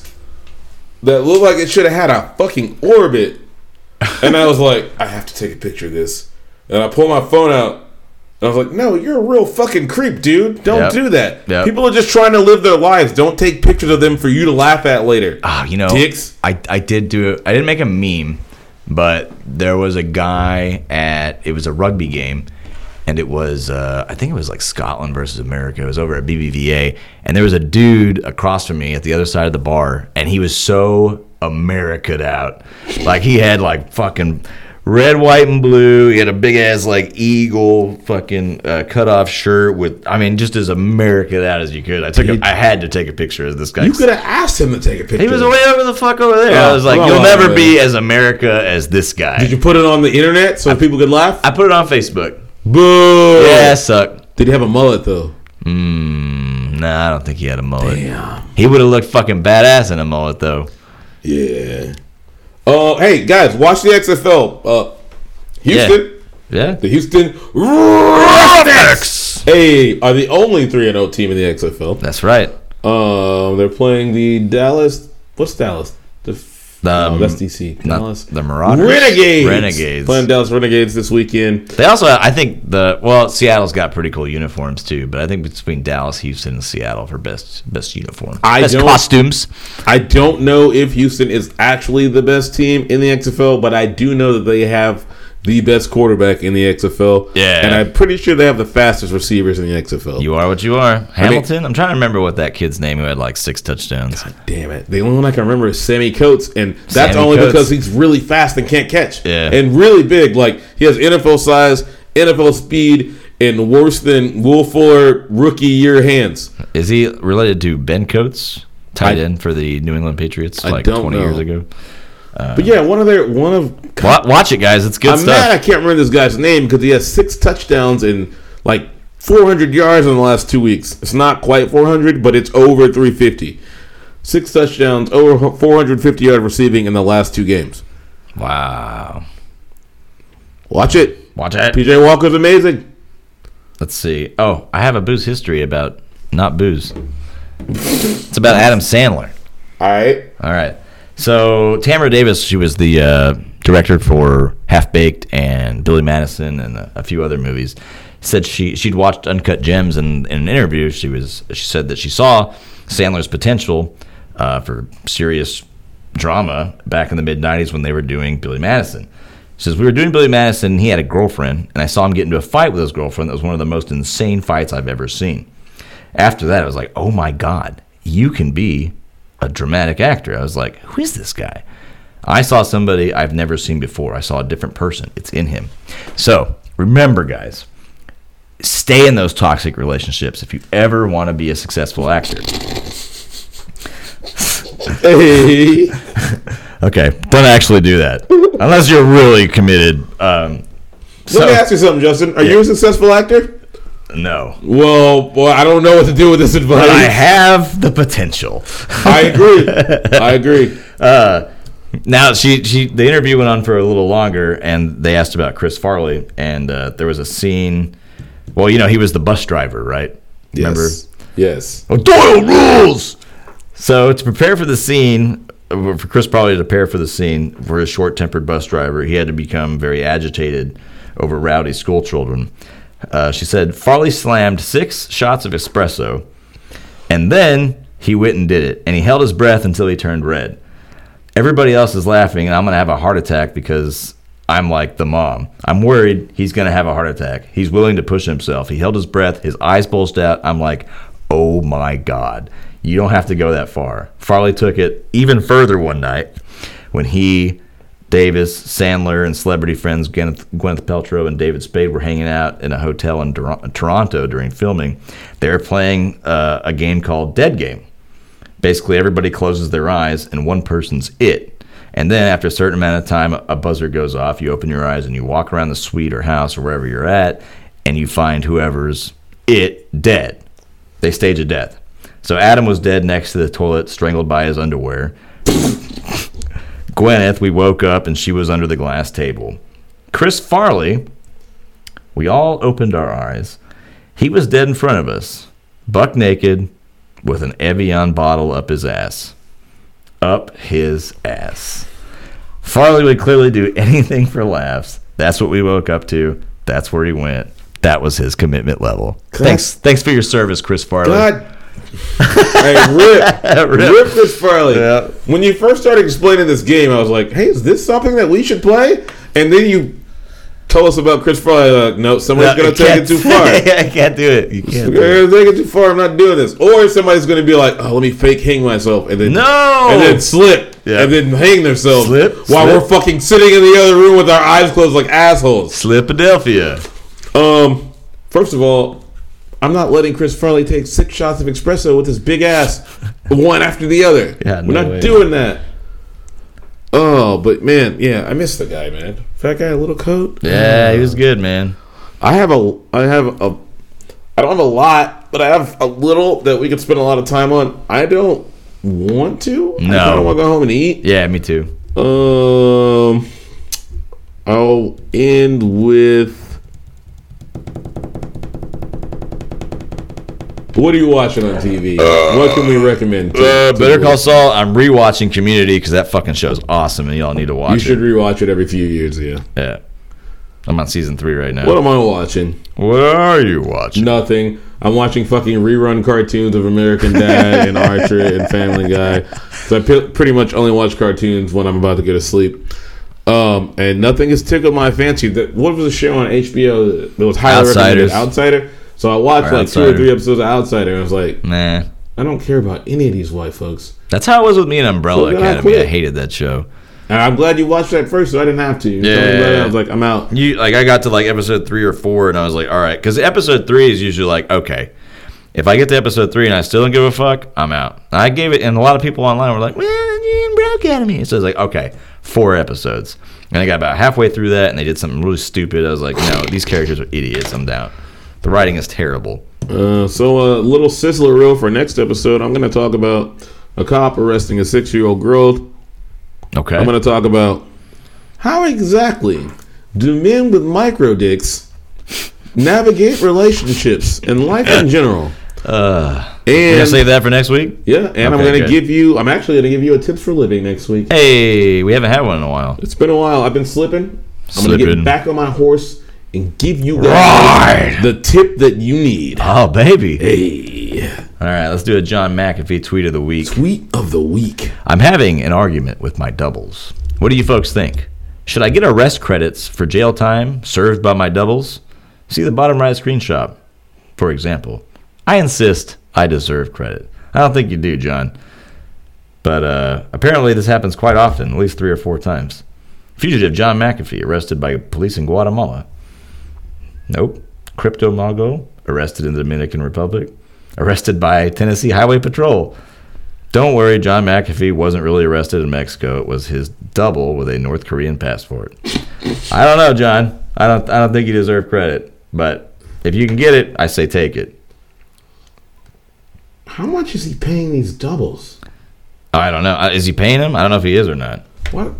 Speaker 4: that looked like it should have had a fucking orbit. And I was like, I have to take a picture of this. And I pulled my phone out. And I was like, no, you're a real fucking creep, dude. Don't
Speaker 3: Yep.
Speaker 4: do that.
Speaker 3: Yep.
Speaker 4: People are just trying to live their lives. Don't take pictures of them for you to laugh at later.
Speaker 3: Oh, you know,
Speaker 4: Dicks.
Speaker 3: I I did do I didn't make a meme, but there was a guy at it was a rugby game, and it was uh, I think it was like Scotland versus America. It was over at BBVA, and there was a dude across from me at the other side of the bar, and he was so American out, like he had like fucking. Red, white, and blue. He had a big ass like eagle fucking uh, cut off shirt with. I mean, just as American out as you could. I took. A, I had to take a picture of this guy.
Speaker 4: You could have asked him to take a picture.
Speaker 3: He was way over the fuck over there. I
Speaker 4: Oh,
Speaker 3: was like,
Speaker 4: come
Speaker 3: you'll
Speaker 4: on,
Speaker 3: never
Speaker 4: man.
Speaker 3: be as America as this guy.
Speaker 4: Did you put it on the internet so people could laugh?
Speaker 3: I put it on Facebook.
Speaker 4: Boo!
Speaker 3: Yeah, I suck.
Speaker 4: Did he have a mullet though?
Speaker 3: Nah, I don't think he had a mullet. He would have looked fucking badass in a mullet though.
Speaker 4: Yeah. Uh, hey guys, watch the XFL. Uh, Houston,
Speaker 3: Yeah.
Speaker 4: the Houston Roughnecks. Hey, are the only three and zero team in the XFL.
Speaker 3: That's right.
Speaker 4: Um, they're playing the Dallas. What's Dallas? The f- no,
Speaker 3: Um,
Speaker 4: that's DC.
Speaker 3: Not
Speaker 4: Dallas.
Speaker 3: the Marauders.
Speaker 4: Renegades.
Speaker 3: Renegades.
Speaker 4: Playing Dallas Renegades this weekend.
Speaker 3: They also, I think the well, Seattle's got pretty cool uniforms too. But I think between Dallas, Houston, and Seattle for best best uniform,
Speaker 4: I
Speaker 3: best
Speaker 4: don't-
Speaker 3: costumes.
Speaker 4: I don't know if Houston is actually the best team in the XFL, but I do know that they have the best quarterback in the XFL.
Speaker 3: Yeah.
Speaker 4: And I'm pretty sure they have the fastest receivers in the XFL.
Speaker 3: You are what you are. Hamilton. I'm trying to remember what that kid's name who had like six touchdowns.
Speaker 4: Damn it. The only one I can remember is Sammy Coates, and that's
Speaker 3: Sammy
Speaker 4: only
Speaker 3: Coates.
Speaker 4: because he's really fast and can't catch.
Speaker 3: Yeah.
Speaker 4: And really big. Like, he has NFL size, NFL speed, and worse than Will Fuller rookie year hands.
Speaker 3: Is he related to Ben Coates, tight
Speaker 4: I-
Speaker 3: end for the New England Patriots
Speaker 4: I
Speaker 3: like
Speaker 4: don't
Speaker 3: 20 years
Speaker 4: know.
Speaker 3: ago?
Speaker 4: but yeah, one of their, one of,
Speaker 3: Wa- Watch it, guys. It's good
Speaker 4: I'm
Speaker 3: Uh, stuff.
Speaker 4: mad I can't remember this guy's name because he has six touchdowns and like 400 yards in the last two weeks. It's not quite 400, but it's over 350. Six touchdowns, over 450 yard receiving in the last two games.
Speaker 3: Wow.
Speaker 4: Watch it.
Speaker 3: Watch it.
Speaker 4: PJ Walker's amazing.
Speaker 3: Let's see. Oh, I have a booze history about not booze. It's about Adam Sandler.
Speaker 4: All right.
Speaker 3: All right. So Tamara Davis, she was the uh, director for Half Baked and Billy Madison and a, a few other movies. Said she she'd watched Uncut Gems and in an interview she was she said that she saw Sandler's potential uh, for serious drama back in the mid '90s when they were doing Billy Madison. She says we were doing Billy Madison. He had a girlfriend, and I saw him get into a fight with his girlfriend. That was one of the most insane fights I've ever seen after that, I was like, oh my God, you can be a dramatic actor. I was like, who is this guy? I saw somebody I've never seen before. I saw a different person. It's in him. So remember, guys, stay in those toxic relationships if you ever want to be a successful actor.
Speaker 4: Hey.
Speaker 3: Okay, don't actually do that unless you're really committed. Um,
Speaker 4: Let me
Speaker 3: so,
Speaker 4: ask you something, Justin. Are you a successful actor?
Speaker 3: no,
Speaker 4: Well, boy, I don't know what to do with this advice.
Speaker 3: but I have the potential.
Speaker 4: I agree. I agree.
Speaker 3: Uh, Now she she the interview went on for a little longer, and they asked about Chris Farley, and uh, there was a scene. Well, you know he was the bus driver, right? Remember?
Speaker 4: Yes. Yes.
Speaker 3: Oh, Doyle rules. So to prepare for the scene, uh, for Chris Farley to prepare for the scene for his short-tempered bus driver, he had to become very agitated over rowdy schoolchildren. Uh, she said Farley slammed six shots of espresso, and then he went and did it, and he held his breath until he turned red everybody else is laughing and I'm gonna have a heart attack because I'm like the mom. I'm worried he's gonna have a heart attack. He's willing to push himself. He held his breath, his eyes bulged out. I'm like, oh my God. You don't have to go that far. Farley took it even further one night when he, Davis, Sandler, and celebrity friends Gwyneth, Gwyneth Paltrow and David Spade were hanging out in a hotel in Tor- Toronto during filming. They were playing uh, a game called Dead Game Basically, everybody closes their eyes and one person's it. And then after a certain amount of time, a buzzer goes off. You open your eyes and you walk around the suite or house or wherever you're at, and you find whoever's it dead. They stage a death. So Adam was dead next to the toilet, strangled by his underwear. Gwyneth, we woke up and she was under the glass table. Chris Farley, we all opened our eyes. He was dead in front of us, buck naked, with an Evian bottle up his ass. Up his ass. Farley would clearly do anything for laughs. That's what we woke up to. That's where he went. That was his commitment level. Thanks, thanks for your service, Chris Farley.
Speaker 4: God. hey, rip,
Speaker 3: Rip.
Speaker 4: rip, Chris Farley.
Speaker 3: Yeah.
Speaker 4: When you first started explaining this game, I was like, "Hey, is this something that we should play?" And then you told us about Chris Farley. Like, no, somebody's
Speaker 3: No,
Speaker 4: gonna
Speaker 3: you
Speaker 4: take
Speaker 3: can't-
Speaker 4: it too far.
Speaker 3: I can't do it. You can't. Do it.
Speaker 4: They're taking too far. I'm not doing this. Or somebody's going to be like, "Oh, let me fake hang myself," and then
Speaker 3: No!
Speaker 4: and then slip,
Speaker 3: Yeah.
Speaker 4: and then hang themselves
Speaker 3: Slip,
Speaker 4: while
Speaker 3: slip.
Speaker 4: we're fucking sitting in the other room with our eyes closed like assholes.
Speaker 3: Slipadelphia.
Speaker 4: Um, first of all, I'm not letting Chris Farley take six shots of espresso with his big ass, one after the other.
Speaker 3: Yeah,
Speaker 4: we're
Speaker 3: no
Speaker 4: not
Speaker 3: way.
Speaker 4: doing that. Oh, but man, yeah, I miss the guy, man. Fat guy, little coat.
Speaker 3: Yeah, he was good, man.
Speaker 4: I have a I have a I don't have a lot, but I have a little that we could spend a lot of time on. I don't want to. I
Speaker 3: No.
Speaker 4: don't want to go home and eat.
Speaker 3: Yeah, me too.
Speaker 4: Um I'll end with What are you watching on TV? what can we recommend? to-
Speaker 3: Uh,
Speaker 4: to
Speaker 3: Better
Speaker 4: the
Speaker 3: Call
Speaker 4: world?
Speaker 3: Saul. I'm rewatching Community because that fucking show's awesome, and y'all need to watch
Speaker 4: You should
Speaker 3: it.
Speaker 4: rewatch it every few years, yeah.
Speaker 3: Yeah. I'm on season three right now.
Speaker 4: What
Speaker 3: What,
Speaker 4: am I watching?
Speaker 3: are you watching?
Speaker 4: Nothing. I'm watching fucking rerun cartoons of American Dad and Archer and Family Guy. So I p- pretty much only watch cartoons when I'm about to go to sleep. Um, and nothing has tickled my fancy. That what was a show on HBO that was highly
Speaker 3: Outsiders.
Speaker 4: recommended? Outsider. So I watched
Speaker 3: Or
Speaker 4: like two or
Speaker 3: Outsider.
Speaker 4: three episodes of Outsider, and I was like,
Speaker 3: Nah.
Speaker 4: I don't care about any of these white folks.
Speaker 3: That's how it was with me and Umbrella
Speaker 4: So then I
Speaker 3: Academy. I
Speaker 4: quit.
Speaker 3: hated that show.
Speaker 4: And I'm glad you watched that first, so I didn't have to. You told me
Speaker 3: Yeah.
Speaker 4: about it, I was like, I'm out.
Speaker 3: You like I got to like episode three or four, and I was like, all right, because episode three is usually like, okay, if I get to episode three and I still don't give a fuck, I'm out. And I gave it, and a lot of people online were like, well, you didn't broke out of me. So I was like, okay, four episodes, and I got about halfway through that, and they did something really stupid. I was like, no, these characters are idiots. I'm down. The writing is terrible.
Speaker 4: Uh, so a little sizzler reel for next episode. I'm going to talk about a cop arresting a six year old girl
Speaker 3: Okay.
Speaker 4: I'm going to talk about how exactly do men with micro dicks navigate relationships and life in general.
Speaker 3: Uh, You're gonna
Speaker 4: and
Speaker 3: save that for next week.
Speaker 4: yeah, and I'm
Speaker 3: Okay,
Speaker 4: going to
Speaker 3: good.
Speaker 4: give you. I'm actually going to give you a tips for living next week.
Speaker 3: Hey, we haven't had one in a while.
Speaker 4: It's been a while. I've been slipping. I'm going to
Speaker 3: Slipping.
Speaker 4: get back on my horse and give you
Speaker 3: Ride.
Speaker 4: guys the tip that you need.
Speaker 3: Oh baby.
Speaker 4: Hey,
Speaker 3: All right, let's do a John McAfee tweet of the week.
Speaker 4: tweet of the week.
Speaker 3: I'm having an argument with my doubles. What do you folks think? Should I get arrest credits for jail time served by my doubles? See the bottom right screenshot, for example. I insist I deserve credit. I don't think you do, John. But uh, apparently, this happens quite often, at least three or four times. Fugitive John McAfee arrested by police in Guatemala. Nope. Crypto Mago arrested in the Dominican Republic. Arrested by Tennessee Highway Patrol. Don't worry, John McAfee wasn't really arrested in Mexico. It was his double with a North Korean passport. I don't know, John. I don't. I don't think you deserve credit, but if you can get it, I say take it.
Speaker 4: How much is he paying these doubles?
Speaker 3: I don't know. Uh, Is he paying him? I don't know if he is or not.
Speaker 4: What?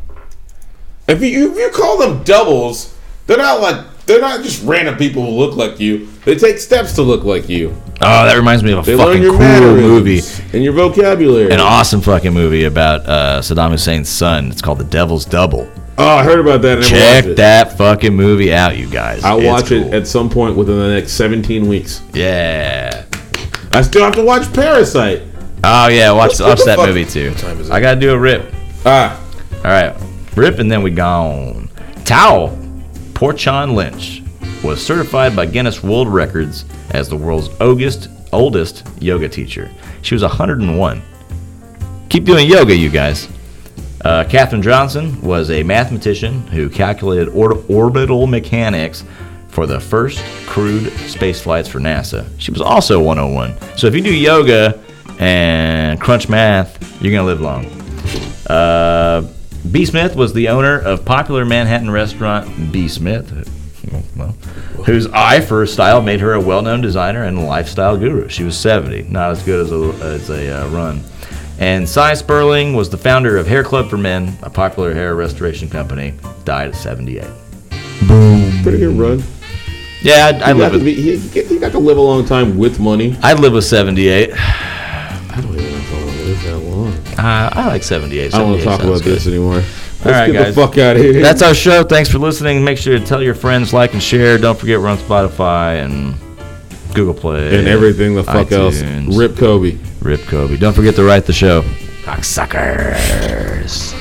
Speaker 4: If you if you call them doubles, they're not like they're not just random people who look like you. They take steps to look like you.
Speaker 3: Oh, that reminds me of a
Speaker 4: They learn
Speaker 3: fucking
Speaker 4: your
Speaker 3: cool
Speaker 4: mannerisms
Speaker 3: movie,
Speaker 4: and your vocabulary.
Speaker 3: an awesome fucking movie about uh, Saddam Hussein's son. It's called The Devil's Double.
Speaker 4: oh, I heard about that. And I never
Speaker 3: Check
Speaker 4: watched it.
Speaker 3: that fucking movie out, you guys.
Speaker 4: I'll
Speaker 3: It's
Speaker 4: watch it
Speaker 3: cool.
Speaker 4: at some point within the next 17 weeks.
Speaker 3: yeah.
Speaker 4: I still have to watch Parasite.
Speaker 3: Oh yeah, watch
Speaker 4: What
Speaker 3: watch
Speaker 4: the
Speaker 3: that
Speaker 4: fuck
Speaker 3: movie too.
Speaker 4: time is it?
Speaker 3: I gotta do a rip.
Speaker 4: Ah,
Speaker 3: All right, rip and then we gone. Towel. Porchon Lynch was certified by Guinness World Records as the world's oldest, oldest yoga teacher. She was 101. Keep doing yoga, you guys. Uh, Katherine Johnson was a mathematician who calculated or- orbital mechanics for the first crewed space flights for NASA. She was also 101. So if you do yoga and crunch math, you're gonna live long. Uh, B. Smith was the owner of popular Manhattan restaurant B. Smith, well, whose eye for her style made her a well-known designer and lifestyle guru. She was 70, not as good as a, as a uh, run. And Cy Sperling was the founder of Hair Club for Men, a popular hair restoration company. Died at 78.
Speaker 4: Pretty good run.
Speaker 3: Yeah, I, I
Speaker 4: He got,
Speaker 3: live
Speaker 4: to
Speaker 3: with
Speaker 4: be, he, he he got to live a long time with money.
Speaker 3: I live with 78.
Speaker 4: I don't even know if I want to live that long.
Speaker 3: Uh, I like 78.
Speaker 4: I don't want to
Speaker 3: 78
Speaker 4: talk
Speaker 3: sounds
Speaker 4: about
Speaker 3: good.
Speaker 4: this anymore. Let's
Speaker 3: All right,
Speaker 4: get
Speaker 3: guys.
Speaker 4: the fuck out of here.
Speaker 3: That's our show. Thanks for listening. Make sure to tell your friends, like, and share. Don't forget we're on Spotify and Google Play
Speaker 4: and everything the fuck
Speaker 3: iTunes.
Speaker 4: else. Rip Kobe.
Speaker 3: Rip Kobe. Don't forget to write the show. Cocksuckers.